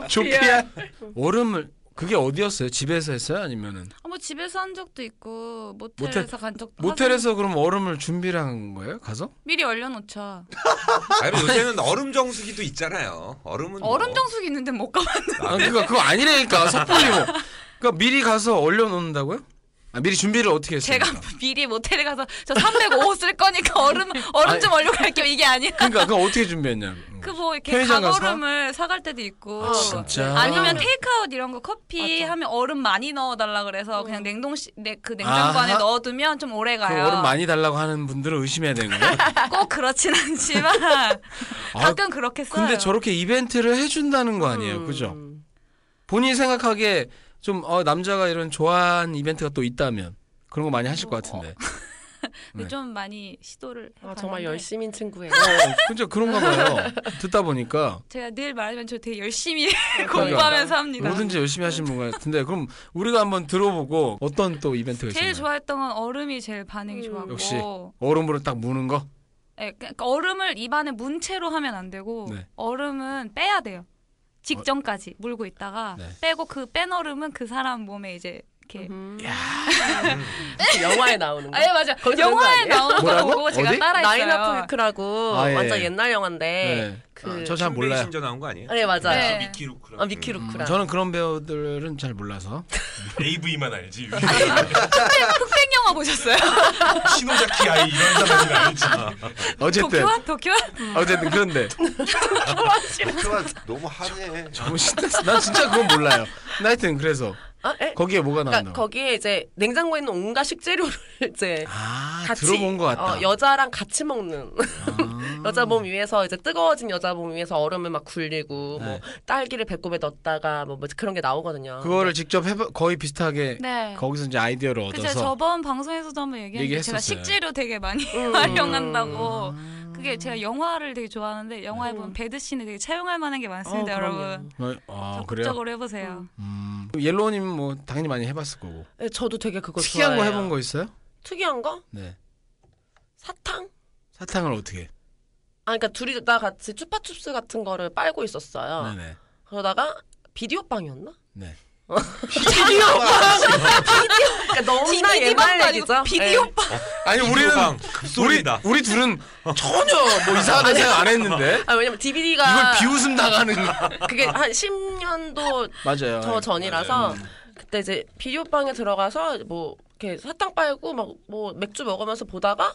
Speaker 1: 조PR 얼음을 그게 어디였어요? 집에서 했어요? 아니면은
Speaker 2: 뭐 집에서 한 적도 있고 모텔에서
Speaker 1: 모텔-
Speaker 2: 간 적도
Speaker 1: 모텔에서 그럼 얼음을 준비를 한 거예요? 가서?
Speaker 2: 하고 미리
Speaker 1: 어.
Speaker 2: 얼려놓죠
Speaker 8: 아니 요새는 얼음 정수기도 있잖아요. 얼음은 뭐.
Speaker 2: 얼음 정수기 있는데 못 가봤는데
Speaker 1: 아, 그러니까 그거 아니라니까 섣불리고 그러니까 미리 가서 얼려놓는다고요? 아, 미리 준비를 어떻게 했어요?
Speaker 2: 제가 (laughs) 미리 모텔에 가서 저 305호 쓸 거니까 얼음 얼음 좀 얼려 갈게요 이게 아니라
Speaker 1: 그러니까 그거 어떻게 준비했냐? 고
Speaker 2: 그 뭐 이렇게
Speaker 1: 편의점 가서?
Speaker 2: 가얼음을 사갈 때도 있고
Speaker 1: 아, 진짜?
Speaker 2: 아니면 그 테이크아웃 이런 거 커피 하면 얼음 많이 넣어달라 그래서 그냥 냉동실 내, 그 냉장고 안에
Speaker 1: 아하.
Speaker 2: 넣어두면 좀 오래
Speaker 1: 그
Speaker 2: 가요
Speaker 1: 얼음 많이 달라고 하는 분들을 의심해야 되는
Speaker 2: (laughs)
Speaker 1: 거예요?
Speaker 2: 꼭 그렇진
Speaker 1: (laughs)
Speaker 2: 않지만
Speaker 1: 아,
Speaker 2: 가끔 그렇게 써요
Speaker 1: 근데 저렇게 이벤트를 해준다는 거 아니에요,
Speaker 3: 음.
Speaker 1: 네, 그죠? 본인이 생각하기에 좀 어, 남자가 이런 좋아하는 이벤트가 또 있다면 그런 거 많이 하실 것 같은데.
Speaker 2: 근데 좀 많이 시도를
Speaker 3: 아, 정말
Speaker 2: 해봤는데
Speaker 3: 열심인 친구예요.
Speaker 2: 아, 네. 어.
Speaker 1: 근데 어, 그런가 봐요. 듣다 보니까
Speaker 2: 제가 늘 말하면 저 되게 열심히
Speaker 1: 그러니까.
Speaker 2: 공부하면서 합니다
Speaker 1: 뭐든지 열심히 하시는 분 같은데 그럼 우리가 한번 들어보고 어떤 또 이벤트가 있었나요?
Speaker 2: 제일 좋아했던 건 얼음이 제일 반응이 좋았고
Speaker 1: 역시. 얼음으로 딱 무는 거.
Speaker 2: 예, 그러니까 얼음을 입안에 문 채로 하면 안 되고
Speaker 1: 네. 어.
Speaker 2: 얼음은 빼야 돼요. 직전까지 물고 있다가
Speaker 1: 네.
Speaker 2: 빼고 그 뺀 얼음은 그 사람 몸에 이제 이렇게
Speaker 3: 음. 그 영화에 나오는 거.
Speaker 2: 아예 맞아
Speaker 3: 거기서
Speaker 2: 영화에
Speaker 3: 그런 거
Speaker 2: 나오는 거
Speaker 1: 뭐라고?
Speaker 2: 보고 제가
Speaker 1: 어디?
Speaker 2: 따라했어요.
Speaker 3: 나인 아프리크라고
Speaker 1: 아, 예.
Speaker 3: 완전 옛날 영화인데 그-
Speaker 1: 아, 저 잘
Speaker 8: 신비의
Speaker 1: 몰라요.
Speaker 8: 신전 나온 거 아니에요?
Speaker 3: 네, 맞아요.
Speaker 2: 네.
Speaker 4: 미키 루크랑
Speaker 3: 아 미키
Speaker 1: 음,
Speaker 3: 루크라.
Speaker 1: 저는 그런 배우들은 잘
Speaker 3: (laughs)
Speaker 1: 몰라서.
Speaker 4: AV만 알지
Speaker 2: 그러니까 흑백 영화 보셨어요?
Speaker 4: 신호자키 아이 이런 사람들 알지
Speaker 1: (laughs) 어쨌든
Speaker 2: 도쿄한 도쿄한
Speaker 1: 어쨌든
Speaker 3: (laughs)
Speaker 1: 그런데
Speaker 7: 그만 너무 하네.
Speaker 1: 너무 신났어. 난뭐 진짜 그건 몰라요. 나 하여튼 그래서
Speaker 3: 아, 예?
Speaker 1: 거기에 뭐가
Speaker 3: 그러니까
Speaker 1: 나온다. 고
Speaker 3: 거기에 이제 냉장고에 있는 온갖 식재료를 (laughs) 이제
Speaker 1: 아
Speaker 3: 같이
Speaker 1: 들어본 것 같다.
Speaker 3: 어, 여자랑 같이 먹는
Speaker 1: 아.
Speaker 3: 여자 몸 위에서 이제 뜨거워진 여자 몸 위에서 얼음을 막 굴리고 뭐
Speaker 1: 네.
Speaker 3: 딸기를 배꼽에 넣었다가 뭐, 뭐 그런 게 나오거든요.
Speaker 1: 그거를 직접 해봐 거의 비슷하게
Speaker 2: 네.
Speaker 1: 거기서 이제 아이디어를 얻어서
Speaker 2: 그죠 저번 방송에서도 한번 얘기했는데
Speaker 1: 얘기했었어요.
Speaker 2: 제가
Speaker 1: 음.
Speaker 2: 식재료 되게 많이
Speaker 3: 음.
Speaker 2: 활용한다고 그게 제가 영화를 되게 좋아하는데 영화에
Speaker 1: 네.
Speaker 2: 보면 배드 씬이 되게 차용할 만한 게 많습니다
Speaker 3: 어, 그럼요.
Speaker 2: 여러분
Speaker 1: 어, 아 그래요.
Speaker 2: 적극적으로 해보세요.
Speaker 1: 음. 옐로우님 뭐 당연히 많이 해봤을 거고
Speaker 3: 예, 저도 되게 그거
Speaker 1: 특이한
Speaker 3: 좋아해요.
Speaker 1: 거 해본 거 있어요?
Speaker 3: 특이한 거?
Speaker 1: 네
Speaker 3: 사탕?
Speaker 1: 사탕을 어떻게?
Speaker 3: 아, 그러니까 둘이 다 같이 쭈파춥스 같은 거를 빨고 있었어요.
Speaker 1: 네네
Speaker 3: 그러다가 비디오 빵이었나? 어.
Speaker 1: 네.
Speaker 3: 그러니까 너무나
Speaker 2: 비디오
Speaker 3: 옛날
Speaker 2: 빵도 아니고
Speaker 3: 얘기죠.
Speaker 2: 비디오
Speaker 3: 예.
Speaker 1: 아니 우리는
Speaker 8: 방
Speaker 1: 우리
Speaker 8: 급소리다.
Speaker 1: 우리 둘은 전혀 뭐 이상하다 생각 안 했는데
Speaker 3: 아, 왜냐면 DVD가
Speaker 1: 이걸 비웃음 당하는
Speaker 3: 그게 한 10년도
Speaker 1: 맞아요. 예, 네,
Speaker 3: 더 전이라서 그때 이제 비디오 방에 들어가서 뭐 이렇게 사탕 빨고 막 뭐 맥주 먹으면서 보다가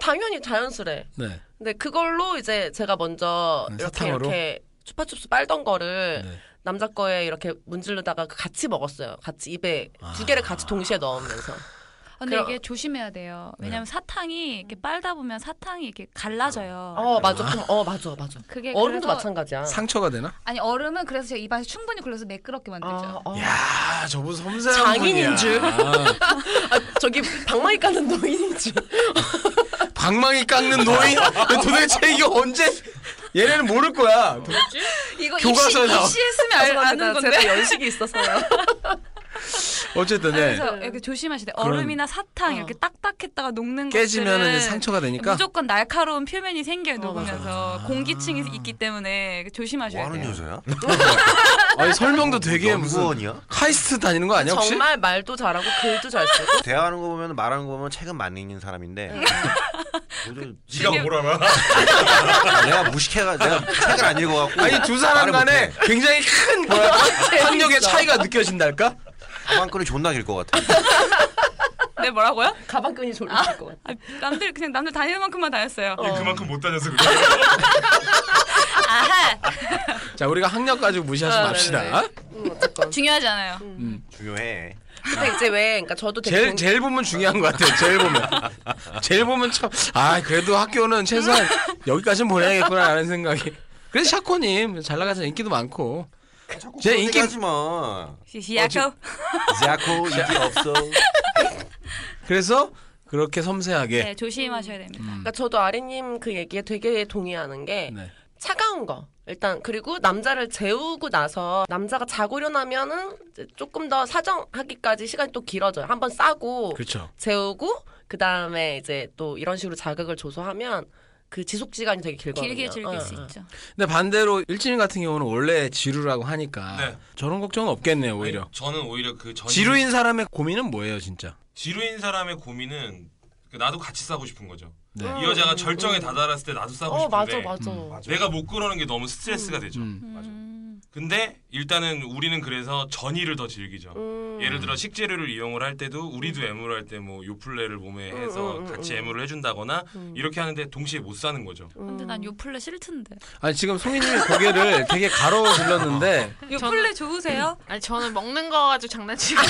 Speaker 3: 당연히 자연스레.
Speaker 1: 네.
Speaker 3: 근데 그걸로 이제 제가 먼저
Speaker 1: 네,
Speaker 3: 이렇게
Speaker 1: 사탕으로?
Speaker 3: 이렇게 추파춥스 빨던 거를
Speaker 1: 네.
Speaker 3: 남자 거에 이렇게 문지르다가 그 같이 먹었어요. 같이 입에
Speaker 1: 아.
Speaker 3: 두 개를 같이 동시에 넣으면서.
Speaker 2: 근데
Speaker 3: 그럼-
Speaker 2: 이게 조심해야 돼요. 왜냐면 사탕이 이렇게 빨다 보면 사탕이 이렇게 갈라져요.
Speaker 3: 어 맞아, 좀, 어 맞아, 맞아.
Speaker 2: 그게 그래서-
Speaker 3: 얼음도 마찬가지야.
Speaker 1: 상처가 되나?
Speaker 2: 아니 얼음은 그래서 제가 입안에 충분히 굴려서 매끄럽게
Speaker 3: 아,
Speaker 2: 만들죠.
Speaker 3: 어.
Speaker 1: 야, 저분 섬세한
Speaker 3: 장인인
Speaker 1: 분이야.
Speaker 3: 줄.
Speaker 1: 아,
Speaker 3: 아, 저기 방망이 까는 노인인 (laughs) 줄.
Speaker 1: 방망이 깎는 노인. 도대체 이게 언제? 얘네는 모를 거야.
Speaker 2: 이거
Speaker 1: 교과서에
Speaker 2: (laughs)
Speaker 1: 나와.
Speaker 2: 입시 입시했으면 알, 아는
Speaker 3: 죄송합니다.
Speaker 2: 건데.
Speaker 3: 제가 연식이 있어서요.
Speaker 1: 어쨌든 네.
Speaker 2: 그래서 이렇게 조심하시되
Speaker 1: 그런-
Speaker 2: 얼음이나 사탕 이렇게 딱딱했다가 녹는
Speaker 1: 깨지면은 이제
Speaker 2: 것들은
Speaker 1: 상처가 되니까.
Speaker 2: 무조건 날카로운 표면이 생겨요 녹으면서 공기층이 있기 때문에 조심하셔야
Speaker 7: 뭐하는
Speaker 2: 돼요.
Speaker 7: 여자야?
Speaker 1: 아니 설명도 되게 무슨
Speaker 3: (laughs)
Speaker 7: 연구원이야?
Speaker 1: 카이스트 다니는 거 (laughs) 아니야 혹시?
Speaker 3: 정말 말도 잘하고 글도 잘 쓰고.
Speaker 7: 대화하는 거 보면 말하는 거 보면 책은 많이 읽는 사람인데 모두
Speaker 4: 네가 뭘 알아 (laughs)
Speaker 7: 아, 내가 무식해가 내가 책을 안 읽어갖고
Speaker 1: 아니 두 사람
Speaker 7: 말을
Speaker 1: 간에
Speaker 7: 못해.
Speaker 1: 굉장히 큰 뭐야
Speaker 3: (laughs) 아,
Speaker 1: 학력의 차이가 느껴진달까?
Speaker 7: 가방끈이 존나 길 것 같아.
Speaker 2: 네 뭐라고요?
Speaker 3: (laughs) 가방끈이 졸릴 것 같아.
Speaker 2: 아, 남들 그냥 남들 다니는 만큼만 다녔어요.
Speaker 4: 얘 그만큼 못 다녀서 그래
Speaker 1: 자 우리가 학력 가지고 무시하지
Speaker 3: 아,
Speaker 1: 맙시다.
Speaker 3: 음, 어쨌건.
Speaker 2: 중요하지 않아요.
Speaker 7: 중요해.
Speaker 3: 근데 이제 왜, 그러니까 저도 되게
Speaker 1: 아. 제일
Speaker 3: 동-
Speaker 1: 제일 보면 중요한 것 같아요. 제일 보면 (laughs) 제일 보면 참 아 그래도 학교는 최소한 여기까지는 보내야겠구나라는 생각이. 그래서 샤코님 잘 나가서 인기도 많고
Speaker 8: 자꾸
Speaker 1: 제
Speaker 8: 제
Speaker 1: 인기-
Speaker 8: 인기 하지 마.
Speaker 2: 시시하고
Speaker 7: 지아코 인기 없어.
Speaker 1: 그래서 그렇게 섬세하게
Speaker 2: 네, 조심하셔야 됩니다.
Speaker 1: 예. 음,
Speaker 3: 그러니까 저도 아리님 그 얘기에 되게 동의하는 게
Speaker 1: 네.
Speaker 3: 차가운 거 일단 그리고 남자를 재우고 나서 남자가 자고 일어나면은 이제 조금 더 사정하기까지 시간이 또 길어져요. 한번 싸고
Speaker 1: 그렇죠.
Speaker 3: 재우고 그 다음에 이제 또 이런 식으로 자극을 조소하면 그 지속 시간이 되게 길거든요.
Speaker 2: 길게 즐길
Speaker 3: 어,
Speaker 2: 수
Speaker 3: 어.
Speaker 2: 있죠.
Speaker 1: 근데 반대로 일진인 같은 경우는 원래 지루라고 하니까
Speaker 4: 네.
Speaker 1: 저런 걱정은 없겠네요 오히려.
Speaker 4: 아니, 저는 오히려 그 전...
Speaker 1: 지루인 사람의 고민은 뭐예요 진짜?
Speaker 4: 지루인 사람의 고민은 그 나도 같이 싸고 싶은 거죠.
Speaker 1: 네.
Speaker 4: 이 여자가
Speaker 3: 음,
Speaker 4: 절정에
Speaker 3: 음.
Speaker 4: 다다랐을 때 나도 싸고
Speaker 3: 어 맞아
Speaker 4: 싶은데
Speaker 3: 맞아.
Speaker 1: 음,
Speaker 8: 맞아.
Speaker 4: 내가 못 그러는 게 너무 스트레스가 되죠.
Speaker 1: 음.
Speaker 2: 음,
Speaker 4: 근데 일단은 우리는 그래서 전의를 더 즐기죠.
Speaker 3: 음.
Speaker 4: 예를 들어 식재료를 이용을 할 때도 우리도 애무를 할 때 뭐 요플레를 몸에
Speaker 3: 음,
Speaker 4: 해서
Speaker 3: 음, 음,
Speaker 4: 같이
Speaker 3: 음.
Speaker 4: 애무를 해준다거나
Speaker 3: 음.
Speaker 4: 이렇게 하는데 동시에 못 사는 거죠.
Speaker 2: 근데 난 요플레 싫던데.
Speaker 1: 아니 지금 송이님의 고개를 되게 가로 길렀는데
Speaker 2: 요플레 좋으세요?
Speaker 3: 음,
Speaker 5: 아니 저는 먹는 거 가지고 장난치고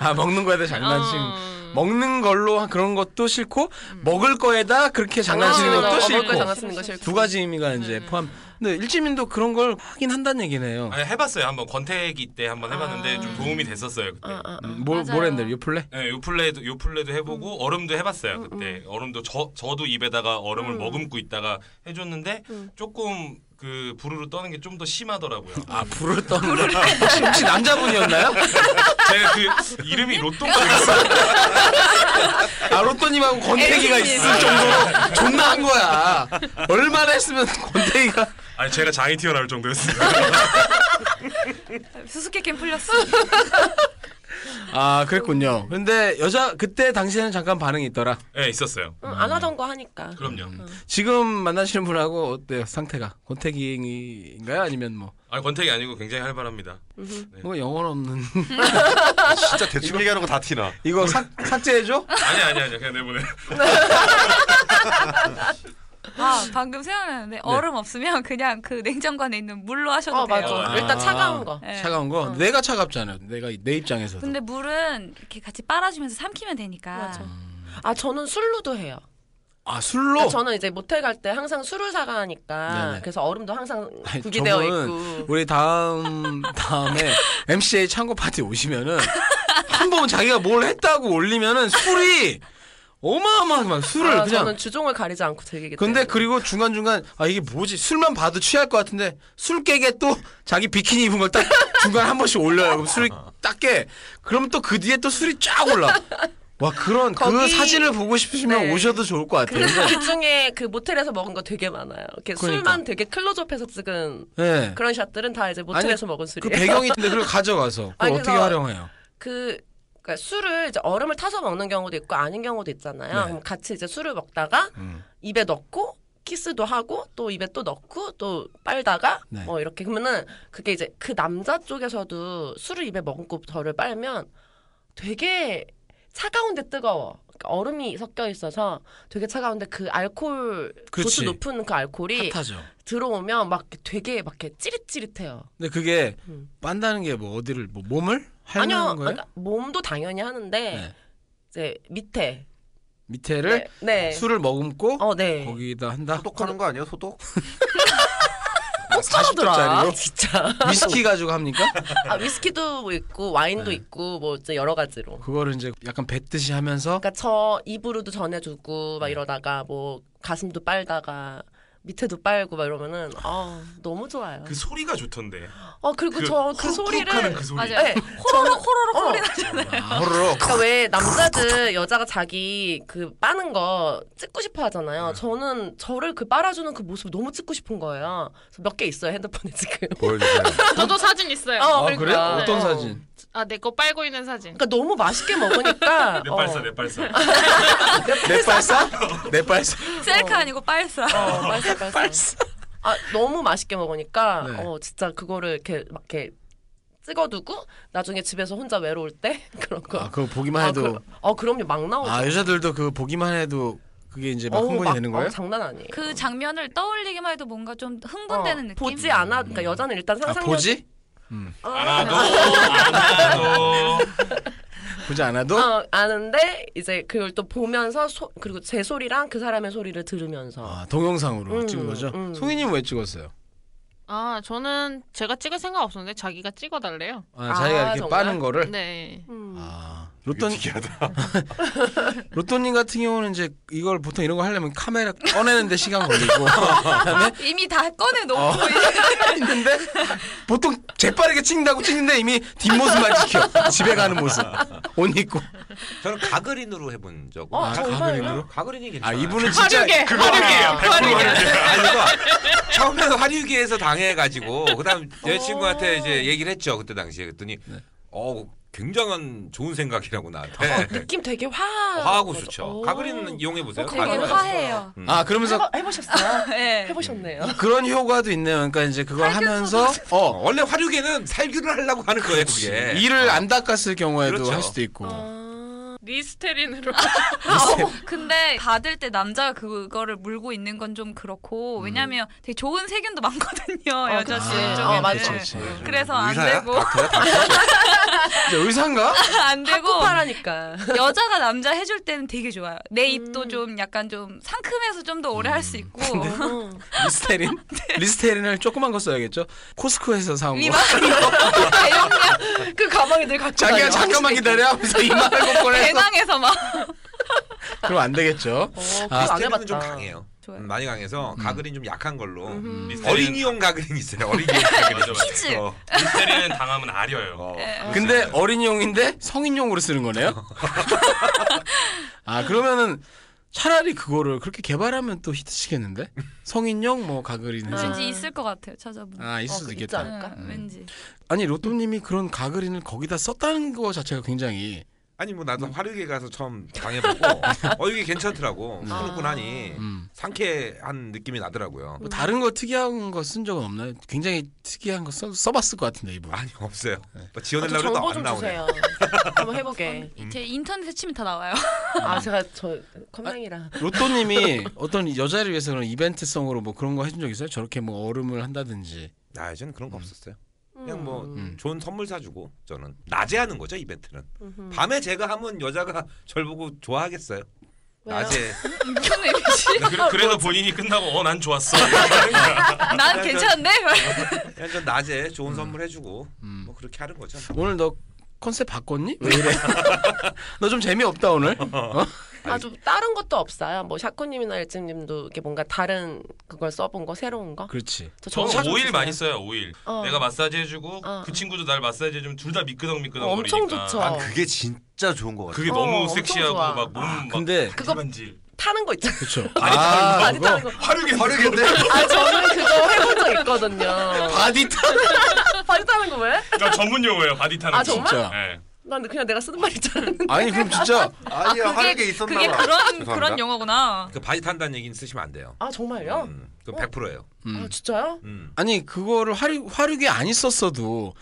Speaker 1: 아 먹는 거에 대해 장난치는
Speaker 3: 어.
Speaker 5: 어.
Speaker 1: 먹는 걸로 한 그런 것도 싫고 먹을 거에다 그렇게 장난치는
Speaker 3: 장난치는
Speaker 1: 것도
Speaker 3: 거,
Speaker 1: 싫고
Speaker 3: 먹을 거 장난치는 거 싫고.
Speaker 1: 두 가지 의미가 이제 포함. 근데 일지민도 그런 걸 하긴 한다는 얘기네요.
Speaker 4: 아니 해봤어요 한번 권태기 때 한번 해봤는데 좀 도움이 됐었어요 그때.
Speaker 3: 아, 아, 아.
Speaker 1: 음, 뭘
Speaker 6: 맞아요.
Speaker 1: 뭐랬는데 요플레?
Speaker 4: 네, 요플레도 요플레도 해보고 얼음도 해봤어요 그때. 얼음도 저 저도 입에다가 얼음을 머금고 있다가 해줬는데
Speaker 3: 음.
Speaker 4: 조금 그 부르르 떠는 게 좀 더 심하더라고요.
Speaker 1: 아 불을 떴는데 혹시, 혹시 남자분이었나요?
Speaker 4: 제가 그 이름이
Speaker 3: (laughs)
Speaker 4: 로또가
Speaker 1: 아 로또님하고 권태기가 있을 정도로 존나 한 거야. 얼마나 했으면 권태기가
Speaker 4: 아니 제가 장이
Speaker 3: (laughs)
Speaker 4: 튀어나올 정도였어요.
Speaker 2: 수수께끼 풀렸어.
Speaker 1: 아 그랬군요. 근데 여자 그때 당시에는 잠깐 반응이 있더라.
Speaker 4: 네 있었어요.
Speaker 3: 응, 안 하던 거 하니까.
Speaker 4: 그럼요.
Speaker 3: 음.
Speaker 1: 지금 만나시는 분하고 어때요 상태가? 권태기인가요 아니면 뭐
Speaker 4: 아니 권태기 아니고 굉장히 활발합니다.
Speaker 3: 음.
Speaker 1: 뭔가 영혼 없는
Speaker 7: 진짜 대충 얘기하는 거 다 티나.
Speaker 1: 이거 삭, 삭제해줘?
Speaker 4: 아니 아니 아니 그냥 내보내.
Speaker 2: 아 방금
Speaker 1: 네.
Speaker 2: 생각났는데 얼음 없으면 그냥 그 냉장고 안에 있는 물로 하셔도
Speaker 3: 어
Speaker 2: 돼요.
Speaker 3: 맞아. 일단 차가운 거.
Speaker 2: 네.
Speaker 1: 차가운 거
Speaker 3: 어.
Speaker 1: 내가 차갑잖아요. 내가 이- 내 입장에서도.
Speaker 2: 근데 물은 이렇게 같이 빨아주면서 삼키면 되니까.
Speaker 3: 맞아. 아 저는 술로도 해요.
Speaker 1: 아 술로?
Speaker 3: 그러니까 저는 이제 모텔 갈 때 항상 술을 사가니까
Speaker 1: 네네.
Speaker 3: 그래서 얼음도 항상
Speaker 1: 아니,
Speaker 3: 구비되어
Speaker 1: 저분은
Speaker 3: 있고.
Speaker 1: 우리 다음 다음에 MCA 창고 파티 오시면은 한 번 자기가 뭘 했다고 올리면은 술이 어마어마하게 막 술을
Speaker 3: 아,
Speaker 1: 그냥
Speaker 3: 저는 주종을 가리지 않고 즐기기
Speaker 1: 근데
Speaker 3: 때문에.
Speaker 1: 그리고 중간중간 아 이게 뭐지 술만 봐도 취할 것 같은데 술 깨게 또 자기 비키니 입은 걸 딱 중간 한 번씩 올려요 그럼 술이 딱 깨 그럼 또 그 뒤에 또 술이 쫙 올라 와 그런 그
Speaker 3: 거기-
Speaker 1: 사진을 보고 싶으시면
Speaker 3: 네.
Speaker 1: 오셔도 좋을 것 같아요
Speaker 3: 근데 그 중에 그 모텔에서 먹은 거 되게 많아요. 이렇게
Speaker 1: 그러니까.
Speaker 3: 술만 되게 클로즈업해서 찍은
Speaker 1: 네.
Speaker 3: 그런 샷들은 다 이제 모텔에서 먹은 술이에요.
Speaker 1: 그 배경이 있는데 그걸 가져가서 그걸
Speaker 3: 아니,
Speaker 1: 어떻게
Speaker 3: 그래서-
Speaker 1: 활용해요
Speaker 3: 그 그러니까 술을 이제 얼음을 타서 먹는 경우도 있고 아닌 경우도 있잖아요.
Speaker 1: 네.
Speaker 3: 그럼 같이 이제 술을 먹다가
Speaker 1: 음.
Speaker 3: 입에 넣고 키스도 하고 또 입에 또 넣고 또 빨다가
Speaker 1: 네.
Speaker 3: 뭐 이렇게 그러면은 그게 이제 그 남자 쪽에서도 술을 입에 먹고 덜을 빨면 되게 차가운데 뜨거워. 그러니까 얼음이 섞여 있어서 되게 차가운데 그 알코올 도수
Speaker 1: 그렇지.
Speaker 3: 높은 그 알코올이
Speaker 1: 핫하죠
Speaker 3: 들어오면 막 되게 막 이렇게 찌릿찌릿해요.
Speaker 1: 근데 그게
Speaker 3: 음.
Speaker 1: 빤다는 게 뭐 어디를 뭐 몸을
Speaker 3: 아니요,
Speaker 1: 할려는 거예요?
Speaker 3: 그러니까 몸도 당연히 하는데
Speaker 1: 네.
Speaker 3: 이제 밑에
Speaker 1: 밑에를
Speaker 3: 네. 네.
Speaker 1: 술을 머금고
Speaker 3: 어, 네.
Speaker 1: 아, 거기다 한다.
Speaker 7: 소독하는 거 아니야 소독?
Speaker 3: 사오더라.
Speaker 1: 40도짜리로 (laughs)
Speaker 3: (laughs) 진짜.
Speaker 1: 위스키 가지고 합니까?
Speaker 3: 아, 위스키도 뭐 있고 와인도 있고 뭐 이제 여러 가지로.
Speaker 1: 그거를 이제 약간 뱉듯이 하면서
Speaker 3: 그러니까 저 입으로도 전해주고 막 이러다가 뭐 가슴도 빨다가 밑에도 빨고 막 이러면은 아 너무 좋아요.
Speaker 4: 그 소리가 좋던데.
Speaker 3: 어 그리고 저 그 소리를
Speaker 4: 쿡쿡하는 그 소리.
Speaker 2: 맞아요.
Speaker 3: 네,
Speaker 2: 호로록 호로록
Speaker 3: 어.
Speaker 2: 소리 나잖아요.
Speaker 1: 아, 호로록
Speaker 3: 그러니까 왜 남자들 여자가 자기 그 빠는 거 찍고 싶어
Speaker 1: 네.
Speaker 3: 하잖아요. 저는 저를 그 빨아주는 그 모습 너무 찍고 싶은 거예요. 몇 개 있어요 핸드폰에 지금.
Speaker 7: 보여주세요.
Speaker 5: 저도 사진 있어요.
Speaker 3: 어,
Speaker 1: 아, 그래요?
Speaker 3: 그러니까.
Speaker 1: 어떤
Speaker 3: 어. (laughs)
Speaker 1: 사진?
Speaker 5: 아 내 거 빨고 있는 사진.
Speaker 3: 그러니까 너무
Speaker 1: (laughs)
Speaker 3: 맛있게 먹으니까.
Speaker 4: 내 발사
Speaker 3: 어.
Speaker 4: 내 발사.
Speaker 1: 내빨사? 내빨사.
Speaker 2: 셀카 아니고 빨사.
Speaker 3: 어, 빨싸 빨싸. 아 너무 맛있게 먹으니까
Speaker 1: 네.
Speaker 3: 어 진짜 그거를 이렇게 막 이렇게 찍어두고 나중에 집에서 혼자 외로울 때 (laughs) 그런 거.
Speaker 1: 아, 그거 보기만 해도
Speaker 3: 어 그럼요 막 나오죠.
Speaker 1: 아, 여자들도 그거 보기만 해도 그게 이제 막
Speaker 3: 어우,
Speaker 1: 흥분이
Speaker 3: 막-
Speaker 1: 되는 거예요?
Speaker 3: 어, 장난 아니에요.
Speaker 2: 그 장면을 떠올리기만 해도 뭔가 좀 흥분되는
Speaker 3: 어,
Speaker 2: 느낌.
Speaker 3: 보지 않아. 그러니까 여자는 일단
Speaker 1: 아,
Speaker 3: 상상력.
Speaker 1: 보지?
Speaker 4: 안아도
Speaker 3: 네.
Speaker 4: 안아도.
Speaker 1: 보지 않아도
Speaker 3: 어 아는데 이제 그걸 또 보면서 소, 그리고 제 소리랑 그 사람의 소리를 들으면서
Speaker 1: 아, 동영상으로
Speaker 3: 음,
Speaker 1: 찍은 거죠.
Speaker 3: 음.
Speaker 1: 송이님 왜 찍었어요?
Speaker 5: 아 저는 제가 찍을 생각 없었는데 자기가 찍어달래요.
Speaker 1: 아, 자기가
Speaker 3: 아,
Speaker 1: 이렇게
Speaker 3: 정말?
Speaker 1: 빠는 거를
Speaker 5: 네.
Speaker 3: 음.
Speaker 1: 아, 로또님
Speaker 8: 특이하다.
Speaker 1: (laughs) 로또님 같은 경우는 이제 이걸 보통 이런 거 하려면 카메라 꺼내는데 시간 걸리고
Speaker 3: (laughs)
Speaker 1: 그다음에
Speaker 9: 네,
Speaker 2: 이미 다 꺼내놓고
Speaker 1: 어. 했는데 보통 재빠르게 찍는다고 찍는데 이미 뒷모습만 찍혀 집에 가는 모습 옷 입고
Speaker 8: 저는 가그린으로 해본 적.
Speaker 3: 어, 정말요?
Speaker 8: 가그린으로? 가그린이 괜찮아.
Speaker 1: 아
Speaker 3: (laughs)
Speaker 1: 이분은 진짜
Speaker 8: 그거 화류계예요.
Speaker 4: 어,
Speaker 8: 아니 이거 처음에 화류계에서 당해가지고 그다음
Speaker 3: 어.
Speaker 8: 여자친구한테 이제 얘기를 했죠 그때 당시에 그랬더니
Speaker 4: 네.
Speaker 8: 어 굉장한 좋은 생각이라고
Speaker 4: 네.
Speaker 8: 나한테
Speaker 3: 어, 느낌 되게 화하.
Speaker 8: (laughs) 화하고
Speaker 3: 어.
Speaker 8: 좋죠. 가그린 이용해 보세요.
Speaker 2: 되게 화해요.
Speaker 1: 아 그러면서
Speaker 3: 해보, 셨어요
Speaker 2: 네.
Speaker 3: 해보셨네요.
Speaker 1: 그런 효과도 있네요. 그러니까 이제 그걸 하면서
Speaker 8: 어,
Speaker 1: 어
Speaker 8: 원래 화류계는 살균을 하려고 하는 거예요 그게. 어,
Speaker 1: 일을 안 닦았을 경우에도
Speaker 8: 그렇죠.
Speaker 1: 할 수도 있고
Speaker 3: 어, 아.
Speaker 5: 리스테린으로.
Speaker 2: 아, 어. 근데 받을 때 남자가 그거를 물고 있는 건 좀
Speaker 1: 음.
Speaker 2: 그렇고 왜냐면 되게 좋은 세균도 많거든요 여자
Speaker 3: 그치.
Speaker 2: 씨 쪽에는
Speaker 3: 어, 맞아.
Speaker 1: 그치, 뭐 그치.
Speaker 2: 그래서
Speaker 7: 음,
Speaker 2: 안
Speaker 8: 의사야?
Speaker 2: 되고 (laughs)
Speaker 1: 이제 의사인가?
Speaker 2: 안 되고
Speaker 3: 파라니까.
Speaker 2: 여자가 남자 해줄 때는 되게 좋아요 내 입도 좀 약간 좀 상큼해서 좀 더 오래 할 수 있고
Speaker 3: 음. 어.
Speaker 1: 리스테린?
Speaker 3: (laughs) 네.
Speaker 1: 리스테린을 조그만 거 써야겠죠. 코스코에서 사온 거.
Speaker 3: 그 가방에 늘 갖고
Speaker 1: 자기야
Speaker 3: 다녀. 어,
Speaker 1: 잠깐만 기다려 하면서
Speaker 3: (laughs)
Speaker 1: 이만한 거 꺼내서
Speaker 2: (laughs) 배낭에서 막
Speaker 1: 그럼 안 되겠죠.
Speaker 3: 어,
Speaker 1: 아,
Speaker 3: 아, 안 해봤다.
Speaker 8: 리스테린은 좀 강해요.
Speaker 2: 좋아요.
Speaker 8: 음, 많이 강해서 가그린 좀 약한 걸로. 음,
Speaker 4: 리스테린-
Speaker 8: 어린이용 가그린 있어요.
Speaker 4: (laughs)
Speaker 8: 어린이용 가그린.
Speaker 4: 맞아, 맞아.
Speaker 2: 피즈.
Speaker 8: 어,
Speaker 4: 미스테리는 당하면 아려요.
Speaker 8: 어.
Speaker 1: 근데 어린이용인데 성인용으로 쓰는 거네요. (laughs) 아 그러면은 차라리 그거를 그렇게 개발하면 또 히트치겠는데? 성인용 뭐 가그린이지.
Speaker 2: 왠지 있을 것 같아요 찾아보면
Speaker 1: 아 있을
Speaker 3: 어,
Speaker 1: 수도
Speaker 3: 그 있지
Speaker 1: 있겠다.
Speaker 3: 않아요? 그럴까?
Speaker 2: 응, 왠지
Speaker 1: 아니 로또님이 그런 가그린을 거기다 썼다는 거 자체가 굉장히
Speaker 8: 아니 뭐 나도 화류계 가서 처음 당해보고
Speaker 4: (laughs)
Speaker 8: 어 이게 괜찮더라고. 풀고 나니
Speaker 1: 음.
Speaker 8: 상쾌한 느낌이 나더라고요.
Speaker 1: 뭐 다른 거 특이한 거 쓴 적은 없나요? 굉장히 특이한 거 써, 써봤을 것 같은데 이분.
Speaker 8: 아니 없어요. 뭐
Speaker 3: 아, 저
Speaker 8: 지원하려고
Speaker 3: 정보
Speaker 8: 해도
Speaker 3: 좀
Speaker 8: 안 나오네.
Speaker 3: 주세요.
Speaker 2: (laughs)
Speaker 3: 한번 해보게.
Speaker 2: 제 인터넷에 치면 다 나와요
Speaker 3: 아 제가 저 컴맹이라.
Speaker 1: 로또님이 어떤 여자를 위해서 그런 이벤트성으로 뭐 그런 거 해준 적 있어요? 저렇게 뭐 얼음을 한다든지.
Speaker 8: 아 저는 그런
Speaker 4: 음.
Speaker 8: 거 없었어요. 그냥 뭐
Speaker 1: 음.
Speaker 8: 좋은 선물 사주고 저는 낮에 하는 거죠 이벤트는. 밤에 제가 하면 여자가 (laughs) 절 보고 좋아하겠어요.
Speaker 3: 왜요? (laughs)
Speaker 8: 낮에
Speaker 2: 무슨 의미지?
Speaker 4: 그, 래서 본인이 끝나고 어 난 좋았어.
Speaker 2: 난 괜찮은데?
Speaker 8: (laughs) 그냥 전 낮에 좋은 선물 해주고
Speaker 1: 음.
Speaker 8: 뭐 그렇게 하는 거죠.
Speaker 1: 오늘 너 컨셉 바꿨니? 왜 (laughs) 이래? 너 좀 재미없다 오늘.
Speaker 3: 아 좀 다른 것도 없어요. 뭐 샤코님이나 일진님도 이렇게 뭔가 다른 그걸 써본 거 새로운 거.
Speaker 1: 그렇지.
Speaker 3: 저
Speaker 8: 뭐
Speaker 3: 정보
Speaker 4: 저는
Speaker 3: 좀
Speaker 4: 오일
Speaker 3: 주세요.
Speaker 4: 많이 써요. 오일.
Speaker 3: 어.
Speaker 4: 내가 마사지 해주고
Speaker 3: 어.
Speaker 4: 그 친구도 날 마사지 해주면 둘 다 미끄덩미끄덩
Speaker 3: 어, 엄청
Speaker 4: 거리니까.
Speaker 1: 아,
Speaker 3: 좋죠.
Speaker 7: 난 아, 그게 진짜 좋은 것 같아.
Speaker 4: 그게
Speaker 3: 어,
Speaker 4: 너무
Speaker 3: 엄청
Speaker 4: 섹시하고
Speaker 3: 좋아.
Speaker 4: 막몸 막.
Speaker 1: 근데
Speaker 3: 그거-
Speaker 4: 반질.
Speaker 3: 타는 거 있잖아요.
Speaker 1: 음, 그렇죠.
Speaker 3: 아,
Speaker 1: 아,
Speaker 3: 많이
Speaker 1: 그거
Speaker 3: 타는 거.
Speaker 8: 화류계 화류계인데
Speaker 4: (laughs)
Speaker 3: 아 저는 그거 해본 적 있거든요.
Speaker 1: 바디 타는
Speaker 3: 아, 바지 타는 거 왜?
Speaker 4: 그러니까 전문 용어예요. 바디 타는
Speaker 3: 아,
Speaker 4: 거.
Speaker 3: 정말?
Speaker 1: 진짜.
Speaker 4: 예.
Speaker 3: 난 그냥 내가 쓰는 말인 줄 알았는데.
Speaker 1: 아니 그럼 진짜
Speaker 7: 아니야 화려하게 있었나
Speaker 2: 그게
Speaker 7: 봐.
Speaker 2: 그런
Speaker 7: 죄송합니다.
Speaker 2: 그런 영어구나.
Speaker 8: 그 바지 탄다는 얘기는 쓰시면 안 돼요.
Speaker 3: 아 정말요?
Speaker 8: 음, 그 100%예요.
Speaker 3: 아 진짜요?
Speaker 8: 음.
Speaker 1: 아니 그거를 화류 화류계 안 있었어도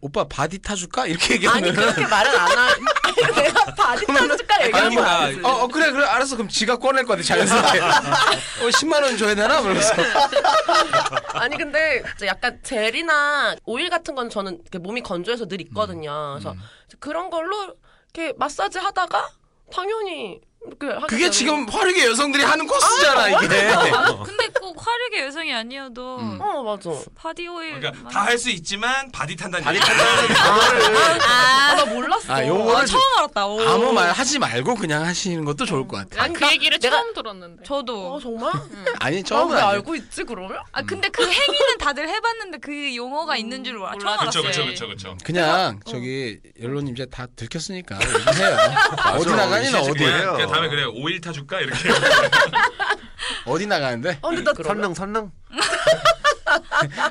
Speaker 1: 오빠 바디 타줄까 이렇게
Speaker 3: 아니
Speaker 1: 얘기하면.
Speaker 3: 그렇게 말을 안 하. (laughs) 내가 바지 타는 줄까
Speaker 1: 아니,
Speaker 3: 얘기하면
Speaker 1: 뭐,
Speaker 8: 아,
Speaker 3: 안
Speaker 1: 어,
Speaker 3: 어,
Speaker 1: 어 그래 그래 알았어 그럼 지가 꺼낼 거 같아 자연스럽게 어 10만 원 줘야 되나 그러면서
Speaker 3: 아니 근데 진짜 약간 젤이나 오일 같은 건 저는 이렇게 몸이 건조해서 늘 있거든요.
Speaker 1: 음,
Speaker 3: 그래서 그런 걸로 이렇게 마사지 하다가 당연히 이렇게 하게
Speaker 1: 그게
Speaker 3: 되는-
Speaker 1: 지금 화류계 여성들이 하는 코스잖아 이게
Speaker 2: 아, 근데 꼭 화력의 여성이 아니어도
Speaker 3: 어 맞아.
Speaker 2: 바디 오일
Speaker 4: 그러니까
Speaker 2: 만-
Speaker 4: 다 할 수 있지만 바디 탄다는
Speaker 1: 바디
Speaker 4: 얘기.
Speaker 3: 아, 나 몰랐어.
Speaker 1: 아 요거를 좀
Speaker 2: 처음 알았다. 오.
Speaker 1: 아무 뭐 말 하지 말고 그냥 하시는 것도 좋을 것 같아
Speaker 5: 난 그 얘기를 처음 들었는데.
Speaker 2: 저도.
Speaker 3: 어 정말?
Speaker 1: 아니 처음에
Speaker 3: 나왜 알고 있지 그러면?
Speaker 2: 아 근데 그 행위는 다들 해봤는데 그 용어가 있는 줄 몰라. 처음
Speaker 4: 그렇죠,
Speaker 2: 알았어요.
Speaker 4: 그렇죠, 그렇죠, 그렇죠.
Speaker 1: 그냥
Speaker 3: 어.
Speaker 1: 저기 연로님 이제 다 들켰으니까 얘기해요 어디
Speaker 7: 맞아,
Speaker 1: 나가니 너
Speaker 7: 시즌
Speaker 1: 어디
Speaker 7: 그냥-
Speaker 4: 그냥 다음에 그래 오일 타줄까 이렇게.
Speaker 1: 어디 나가는데
Speaker 3: 아 근데 나 그러면
Speaker 7: 선능 선능.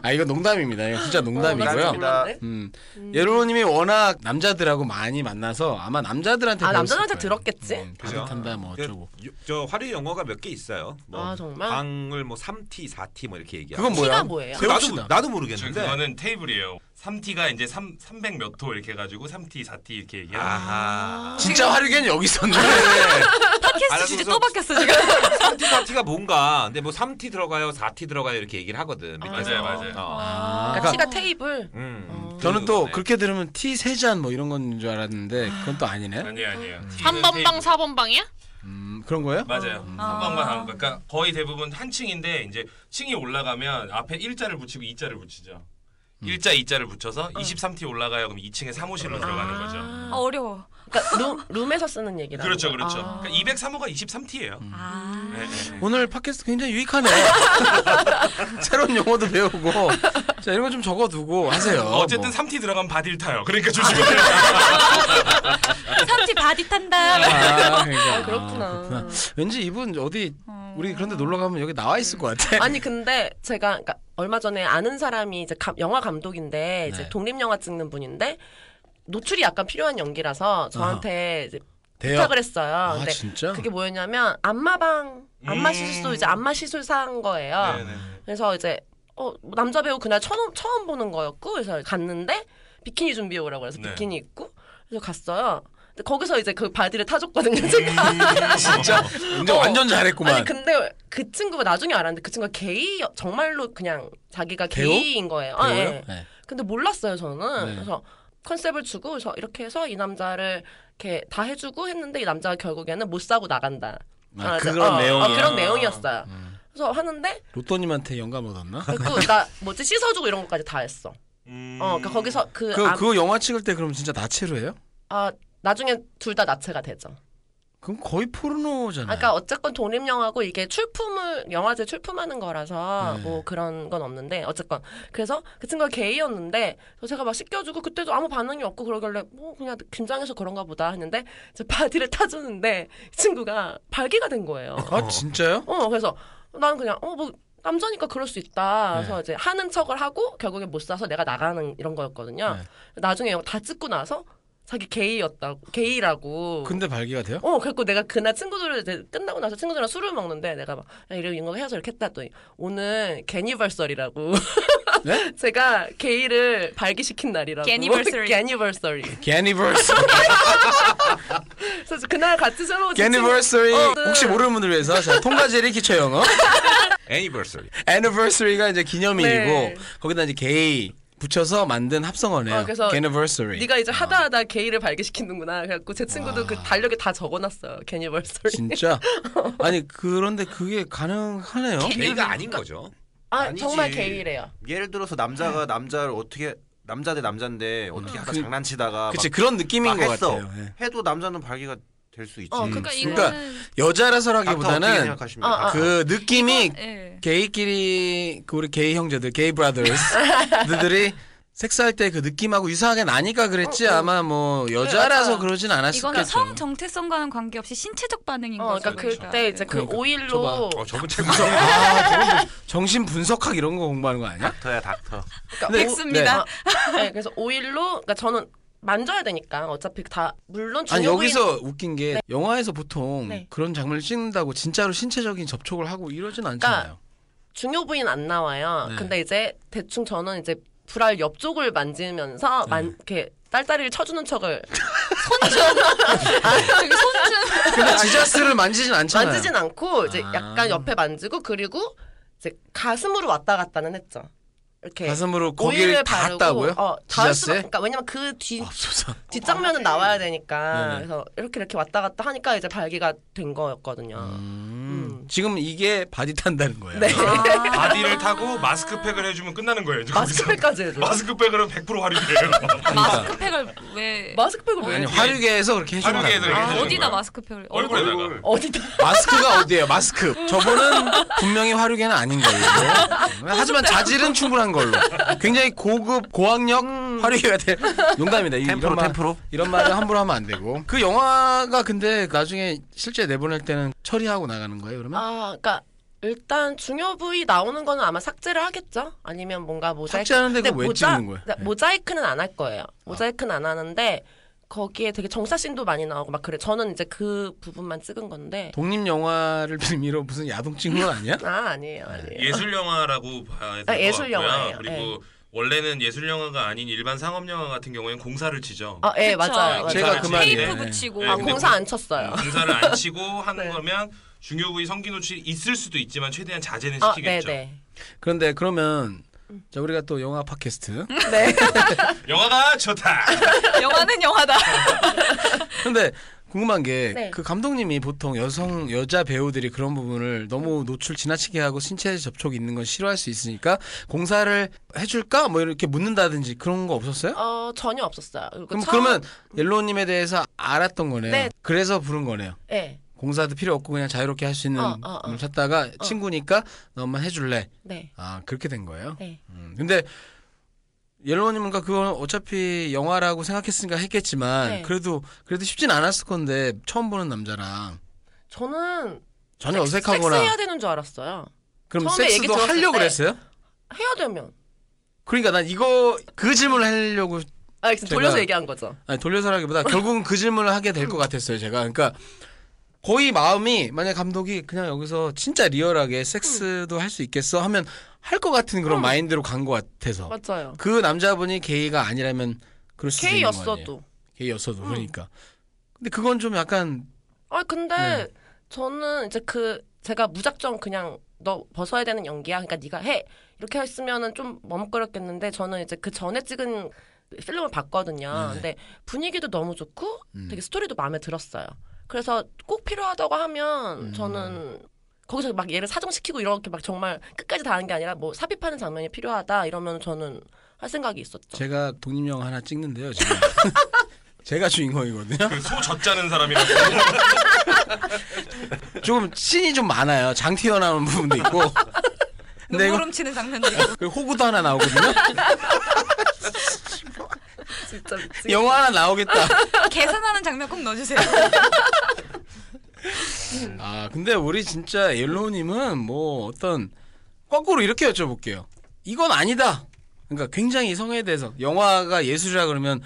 Speaker 1: 아 이거 농담입니다 이거 진짜
Speaker 3: 어,
Speaker 7: 농담이고요.
Speaker 1: 농담이고요
Speaker 3: 몰랐네.
Speaker 1: 음 예로님이 워낙 남자들하고 많이 만나서 아마 남자들한테
Speaker 3: 아,
Speaker 1: 배웠을
Speaker 3: 남자들한테
Speaker 1: 거예요.
Speaker 3: 들었겠지?
Speaker 1: 음, 바디
Speaker 8: 그죠?
Speaker 1: 탄다 뭐
Speaker 8: 그,
Speaker 1: 어쩌고
Speaker 8: 요- 저 화류 영어가 몇 개 있어요. 뭐
Speaker 3: 아, 정말?
Speaker 8: 방을 뭐 3T, 4T 뭐 이렇게 얘기하고.
Speaker 1: 그건 뭐야
Speaker 3: 티가 뭐예요?
Speaker 8: 그거 나도
Speaker 1: 배웁시다.
Speaker 8: 나도
Speaker 4: 저
Speaker 8: 모르겠는데.
Speaker 4: 그거는 테이블이에요. 3T가 이제 3 300 몇 호 이렇게 해 가지고 3T, 4T 이렇게 얘기하는
Speaker 8: 아하.
Speaker 1: 진짜 화류계는 여기 있었네
Speaker 2: 팟캐스트
Speaker 8: 알아서
Speaker 2: 주제
Speaker 8: 그래서-
Speaker 2: 또 바뀌었어 지금.
Speaker 8: 3T, 4T가 뭔가. 근데 뭐 3T 들어가요, 4T 들어가요 이렇게 얘기를 하거든. 밑에서.
Speaker 4: 맞아요, 맞아요.
Speaker 8: 어.
Speaker 1: 아,
Speaker 3: 그러니까 티가 테이블.
Speaker 8: 음. 그-
Speaker 1: 저는 또
Speaker 8: 네.
Speaker 1: 그렇게 들으면 티 세 잔 뭐 이런 건 줄 알았는데 그건 또 아니네.
Speaker 4: 아니 아니에요.
Speaker 5: 한 번방 사번방이야?
Speaker 1: 음, 그런 거예요?
Speaker 4: 맞아요. 한 방만 한 거. 그러니까 거의 대부분 한 층인데 이제 층이 올라가면 앞에 일자를 붙이고 이자를 붙이죠. 일자 이자를 붙여서
Speaker 3: 음.
Speaker 4: 23티 올라가요. 그럼 2층에 사무실로 들어가는 거죠.
Speaker 2: 아, 어려워.
Speaker 3: 그러니까 룸, 룸에서 쓰는 얘기라.
Speaker 4: 그렇죠, 그렇죠.
Speaker 3: 아.
Speaker 4: 그러니까 203호가 23티예요. 네,
Speaker 2: 아.
Speaker 1: 네. 오늘 팟캐스트 굉장히 유익하네요. (laughs) 새로운 용어도 배우고 자 이런 거 좀 적어두고 하세요.
Speaker 3: 음,
Speaker 1: 뭐.
Speaker 4: 어쨌든 3티 들어가면 바딜 타요. 그러니까 조심해요.
Speaker 2: 삼치 바디 탄다.
Speaker 3: (laughs)
Speaker 1: 아, 그러니까.
Speaker 3: 아, 그렇구나.
Speaker 1: 아, 왠지 이분 어디 우리 그러니까 그런데 놀러 가면 여기 나와 있을 것 같아.
Speaker 3: (laughs) 아니 근데 제가 그러니까 얼마 전에 아는 사람이 이제 감- 영화 감독인데 이제
Speaker 1: 네.
Speaker 3: 독립 영화 찍는 분인데 노출이 약간 필요한 연기라서 저한테 이제
Speaker 1: 돼요.
Speaker 3: 부탁을 했어요.
Speaker 1: 아
Speaker 3: 근데
Speaker 1: 진짜?
Speaker 3: 네. 그게 뭐였냐면 안마방 안마
Speaker 4: 음.
Speaker 3: 시술도 이제 안마 시술 산 거예요.
Speaker 4: 네, 네.
Speaker 3: 그래서 이제 어, 남자 배우 그날 처음 처음 보는 거였고 그래서 갔는데 비키니 준비해 오라고 해서
Speaker 4: 네.
Speaker 3: 비키니 입고 그래서 갔어요. 근데 거기서 이제 그 바디를
Speaker 1: 음,
Speaker 3: 타줬거든요. 제가. (laughs)
Speaker 4: 진짜?
Speaker 1: 근데 완전 잘했구만.
Speaker 3: 어. 아니 근데 그 친구가 나중에 알았는데 그 친구가 게이 정말로 그냥 자기가
Speaker 1: 배우?
Speaker 3: 게이인 거예요. 아,
Speaker 1: 배워요?
Speaker 3: 예.
Speaker 1: 네.
Speaker 3: 근데 몰랐어요 저는.
Speaker 1: 네.
Speaker 3: 그래서 컨셉을 주고 그래서 이렇게 해서 이 남자를 이렇게 다 해주고 했는데 이 남자가 결국에는 못 사고 나간다.
Speaker 1: 아,
Speaker 3: 그래서-
Speaker 1: 그런
Speaker 3: 어,
Speaker 1: 내용이야. 음.
Speaker 3: 어, 그런 내용이었어요. 그래서 하는데
Speaker 1: 로또님한테 영감 얻었나?
Speaker 3: 그리고 나 뭐지 씻어주고 이런 것까지 다 했어.
Speaker 4: 음.
Speaker 3: 어, 그러니까 거기서 그,
Speaker 1: 그
Speaker 3: 아,
Speaker 1: 그거 영화 찍을 때 그럼 진짜 나체로 해요?
Speaker 3: 아, 나중에 둘 다 나체가 되죠.
Speaker 1: 그럼 거의 포르노잖아요.
Speaker 3: 아까 어쨌건 독립영화고 이게 출품을 영화제 출품하는 거라서
Speaker 1: 네.
Speaker 3: 뭐 그런 건 없는데 어쨌건 그래서 그 친구가 게이였는데 그래서 제가 막 씻겨주고 그때도 아무 반응이 없고 그러길래 뭐 그냥 긴장해서 그런가 보다 했는데 이제 바디를 (laughs) 타주는데 이 친구가 발기가 된 거예요.
Speaker 1: 아 진짜요?
Speaker 3: 어 그래서 나는 그냥 어 뭐 남자니까 그럴 수 있다. 그래서 이제 하는 척을 하고 결국에 못 사서 내가 나가는 이런 거였거든요. 나중에 이거 다 찍고 나서 자기 게이였다고 게이라고.
Speaker 1: 근데 발기가 돼요?
Speaker 3: 어, 그래고 내가 그날 친구들을 이제 끝나고 나서 친구들이랑 술을 먹는데 내가 막 야, 이런 이런 거 해서 이렇게 했다더니 오늘 게니벌설이라고
Speaker 1: 네?
Speaker 3: (laughs) 제가 게이를 발기시킨 날이라고 (laughs)
Speaker 2: Geniversary.
Speaker 3: 게니벌설이
Speaker 1: Ganniversary.
Speaker 3: (laughs) 그래서 그날 같이 술
Speaker 1: (laughs)
Speaker 3: 먹은
Speaker 1: Ganniversary.
Speaker 3: 어, 네.
Speaker 1: 혹시 모르는 분들 위해서 자 통과제리 기초 영어.
Speaker 8: 애니버서리.
Speaker 1: Anniversary가 이제 기념일이고
Speaker 3: 네.
Speaker 1: 거기다 이제 게이 붙여서 만든 합성어네요.
Speaker 3: 어, 그래서
Speaker 1: Ganniversary.
Speaker 3: 네가 이제 하다 하다 게이를 발기시키는구나 그래갖고 제 친구도 그 달력에 다 적어놨어요 게니벌설이
Speaker 1: 진짜 아니 그런데 그게 가능하네요.
Speaker 8: 게이가 아닌 거죠.
Speaker 3: 아
Speaker 7: 아니지.
Speaker 3: 정말 게이래요
Speaker 7: 예를 들어서 남자가 남자를 어떻게 남자 대 남자인데 어떻게 하다
Speaker 1: 그-
Speaker 7: 장난치다가
Speaker 1: 그치 그런 느낌인
Speaker 7: 막, 막
Speaker 1: 것
Speaker 7: 했어.
Speaker 1: 같아요. 예.
Speaker 7: 해도 남자는 발기가 될 수 있지.
Speaker 5: 어, 그러니까 이거는
Speaker 1: 그러니까
Speaker 7: 닥터 어떻게
Speaker 1: 여자라서라기보다는
Speaker 7: 생각하십니까?
Speaker 3: 아, 아.
Speaker 1: 그 느낌이
Speaker 2: 예.
Speaker 1: 게이끼리 그 우리 게이 형제들, 게이 브라더스들이 섹스할 때 그 느낌하고 유사하게 나니까 그랬지 아마 뭐 여자라서
Speaker 3: 맞아요.
Speaker 1: 그러진 않았을
Speaker 2: 이거는 성
Speaker 1: 거죠.
Speaker 2: 정체성과는 관계없이 신체적 반응인
Speaker 3: 어
Speaker 2: 거죠. 그렇죠. 네.
Speaker 3: 그러니까 그때 이제 그
Speaker 1: 그러니까.
Speaker 3: 오일로
Speaker 4: 어, 저분 책
Speaker 1: 아, 뭐 정신 분석학 이런 거 공부하는 거 아니야?
Speaker 7: 닥터야 닥터.
Speaker 3: 그러니까 오-
Speaker 2: 백수입니다.
Speaker 3: (laughs) 네, 그래서 오일로 그러니까 저는 만져야 되니까 어차피 다 물론
Speaker 1: 아니
Speaker 3: 중요 부위
Speaker 1: 여기서 웃긴 게 영화에서 보통
Speaker 3: 네.
Speaker 1: 그런 장면을 찍는다고 진짜로 신체적인 접촉을 하고 이러진 않잖아요.
Speaker 3: 중요 부위는 안 나와요.
Speaker 1: 네.
Speaker 3: 근데 이제 대충 저는 이제 불알 옆쪽을 만지면서 만 이렇게 딸다리를 쳐주는 척을
Speaker 1: 근데 지저스를 만지진 않잖아요.
Speaker 3: 만지진 않고 이제
Speaker 1: 아.
Speaker 3: 약간 옆에 만지고 그리고 이제 가슴으로 왔다 갔다는 했죠. 이렇게
Speaker 1: 가슴으로 거기를
Speaker 3: 오일을
Speaker 1: 닿았다고요?
Speaker 3: 어, 닿을 수.
Speaker 1: 지저스에?
Speaker 3: 그러니까 왜냐면 그 뒤
Speaker 1: 없어서.
Speaker 3: 뒷장면은 나와야 되니까
Speaker 1: 네네.
Speaker 3: 그래서 이렇게 이렇게 왔다 갔다 하니까 이제 발기가 된 거였거든요.
Speaker 1: 음. 지금 이게 바디 탄다는 거예요.
Speaker 3: 어.
Speaker 1: 그러니까
Speaker 3: 네.
Speaker 4: 바디를 타고 마스크팩을 해주면 끝나는 거예요. 이제 거기서.
Speaker 3: (laughs) 마스크팩까지 해줘.
Speaker 4: 마스크팩으로 100% 할인이에요.
Speaker 2: 마스크팩을
Speaker 3: 뭐
Speaker 2: 왜
Speaker 3: 마스크팩을 왜
Speaker 1: 아니
Speaker 3: 해줘?
Speaker 1: 화류계에서 그렇게 해주는
Speaker 4: 화류계에서
Speaker 1: 거예요.
Speaker 4: 이렇게
Speaker 2: 아,
Speaker 4: 해주는
Speaker 2: 어디다
Speaker 4: 거야.
Speaker 2: 마스크팩을 얼굴
Speaker 4: 얼굴에다가.
Speaker 3: 어디다?
Speaker 1: 음? 마스크가 어디예요? 마스크. 저분은 분명히 화류계는 아닌 거예요. 하지만 자질은 충분한 걸로. 굉장히 고급 고학력 화류계가 될 농담입니다. 이-
Speaker 7: 템프로
Speaker 1: 이런 말,
Speaker 7: 템프로.
Speaker 1: 이런 말을 함부로 하면 안 되고. 그 영화가 근데 나중에 실제 내보낼 때는 처리하고 나가는 거예요. 그러면
Speaker 3: 아, 그러니까 일단 중요 부위 나오는 거는 아마 삭제를 하겠죠. 아니면 뭔가 모자이크.
Speaker 1: 삭제하는데
Speaker 3: 근데
Speaker 1: 그거 왜
Speaker 3: 모자-
Speaker 1: 찍는 거예요?
Speaker 3: 그러니까
Speaker 1: 네. 아.
Speaker 3: 모자이크는 안 할 거예요. 모자이크는 안 하는데 거기에 되게 정사신도 많이 나오고 막 그래. 저는 이제 그 부분만 찍은 건데.
Speaker 1: 독립 영화를 빌미로 무슨 야동 찍는 건
Speaker 3: (laughs)
Speaker 1: 아니야?
Speaker 3: 아 아니에요, 아니에요.
Speaker 4: 예술 영화라고 봐야
Speaker 3: 아,
Speaker 4: 될것
Speaker 3: 예술
Speaker 4: 같고요.
Speaker 3: 영화예요.
Speaker 4: 그리고
Speaker 3: 예.
Speaker 4: 원래는 예술 영화가 아닌 일반 상업 영화 같은 경우에는 공사를 치죠.
Speaker 3: 아, 예, 맞아요. 맞아요.
Speaker 1: 제가 그 말이에요.
Speaker 2: 테이프
Speaker 1: 네.
Speaker 2: 붙이고
Speaker 4: 네,
Speaker 3: 아
Speaker 4: 근데
Speaker 3: 공사 안 쳤어요.
Speaker 4: 공사를
Speaker 3: (laughs)
Speaker 4: 안 치고 하는
Speaker 3: 네.
Speaker 4: 거면 중요 부위 성기 노출이 있을 수도 있지만 최대한 자제는
Speaker 3: 아, 네,
Speaker 4: 시키겠죠.
Speaker 3: 네.
Speaker 1: 그런데 그러면 자 우리가 또 영화 팟캐스트.
Speaker 3: 네.
Speaker 4: 영화가 좋다.
Speaker 2: 영화는 영화다.
Speaker 1: 근데 궁금한 게 그
Speaker 3: 네.
Speaker 1: 감독님이 보통 여성 여자 배우들이 그런 부분을 너무 노출 지나치게 하고 신체 접촉 있는 건 싫어할 수 있으니까 공사를 해줄까 뭐 이렇게 묻는다든지 그런 거 없었어요?
Speaker 3: 어 전혀 없었어요. 그리고
Speaker 1: 그럼
Speaker 3: 처음-
Speaker 1: 그러면 옐로우님에 대해서 알았던 거네요.
Speaker 3: 네.
Speaker 1: 그래서 부른 거네요.
Speaker 3: 네,
Speaker 1: 공사도 필요 없고 그냥 자유롭게 할 수 있는
Speaker 3: 어, 어, 어.
Speaker 1: 걸 찾다가 친구니까 너만 해줄래.
Speaker 3: 네,
Speaker 1: 아 그렇게 된 거예요.
Speaker 3: 네.
Speaker 1: 음, 근데 옐로우님은 그건 어차피 영화라고 생각했으니까 했겠지만
Speaker 3: 네.
Speaker 1: 그래도 그래도 쉽진 않았을 건데 처음 보는 남자랑
Speaker 3: 저는
Speaker 1: 전혀
Speaker 3: 섹스해야
Speaker 1: 어색하거나
Speaker 3: 되는 줄 알았어요.
Speaker 1: 그럼
Speaker 3: 처음에 얘기
Speaker 1: 섹스도
Speaker 3: 들었을
Speaker 1: 하려고
Speaker 3: 때.
Speaker 1: 그랬어요?
Speaker 3: 해야 되면
Speaker 1: 그러니까 난 이거 그 질문을 하려고
Speaker 3: 아
Speaker 1: 제가-
Speaker 3: 지금 돌려서 얘기한 거죠.
Speaker 1: 아니, 돌려서라기보다 결국은 그 질문을 하게 될 것 같았어요 제가 그러니까 거의 마음이 만약 감독이 그냥 여기서 진짜 리얼하게 섹스도 할 수 있겠어 하면 할 것 같은 그런 마인드로 간 것 같아서
Speaker 3: 음. 맞아요.
Speaker 1: 그 남자분이 게이가 아니라면 그럴 수도 있는 거 아니에요
Speaker 3: K였어도. 음.
Speaker 1: 게이였어도 그러니까 근데 그건 좀 약간
Speaker 3: 아 근데
Speaker 1: 네.
Speaker 3: 저는 이제 그 제가 무작정 그냥 너 벗어야 되는 연기야. 그러니까 네가 해 이렇게 했으면은 좀 머뭇거렸겠는데 저는 이제 그 전에 찍은 필름을 봤거든요.
Speaker 1: 네.
Speaker 3: 근데 분위기도 너무 좋고
Speaker 1: 음.
Speaker 3: 되게 스토리도 마음에 들었어요. 그래서 꼭 필요하다고 하면
Speaker 1: 음.
Speaker 3: 저는 거기서 막 얘를 사정시키고 이렇게 막 정말 끝까지 다 하는 게 아니라 뭐 삽입하는 장면이 필요하다 이러면 저는 할 생각이 있었죠.
Speaker 1: 제가 독립영화 하나 찍는데요 지금 (laughs) 제가 주인공이거든요
Speaker 4: 그 소 젖자는 사람이라고
Speaker 3: (laughs)
Speaker 1: 조금 씬이 좀 많아요 장 튀어나오는 부분도
Speaker 3: (laughs)
Speaker 1: 있고 근데
Speaker 2: 눈물
Speaker 1: 이거
Speaker 2: 훔치는 장면들.
Speaker 1: 그 호구도 하나 나오거든요
Speaker 3: (laughs) 진짜 미치겠다.
Speaker 1: 영화 하나 나오겠다
Speaker 2: 계산하는 장면
Speaker 1: (laughs)
Speaker 2: 꼭 넣어주세요.
Speaker 1: 아 근데 우리 진짜 옐로우님은 뭐 어떤 거꾸로 이렇게 여쭤볼게요. 이건 아니다. 그러니까 굉장히 성에 대해서 영화가 예술이라 그러면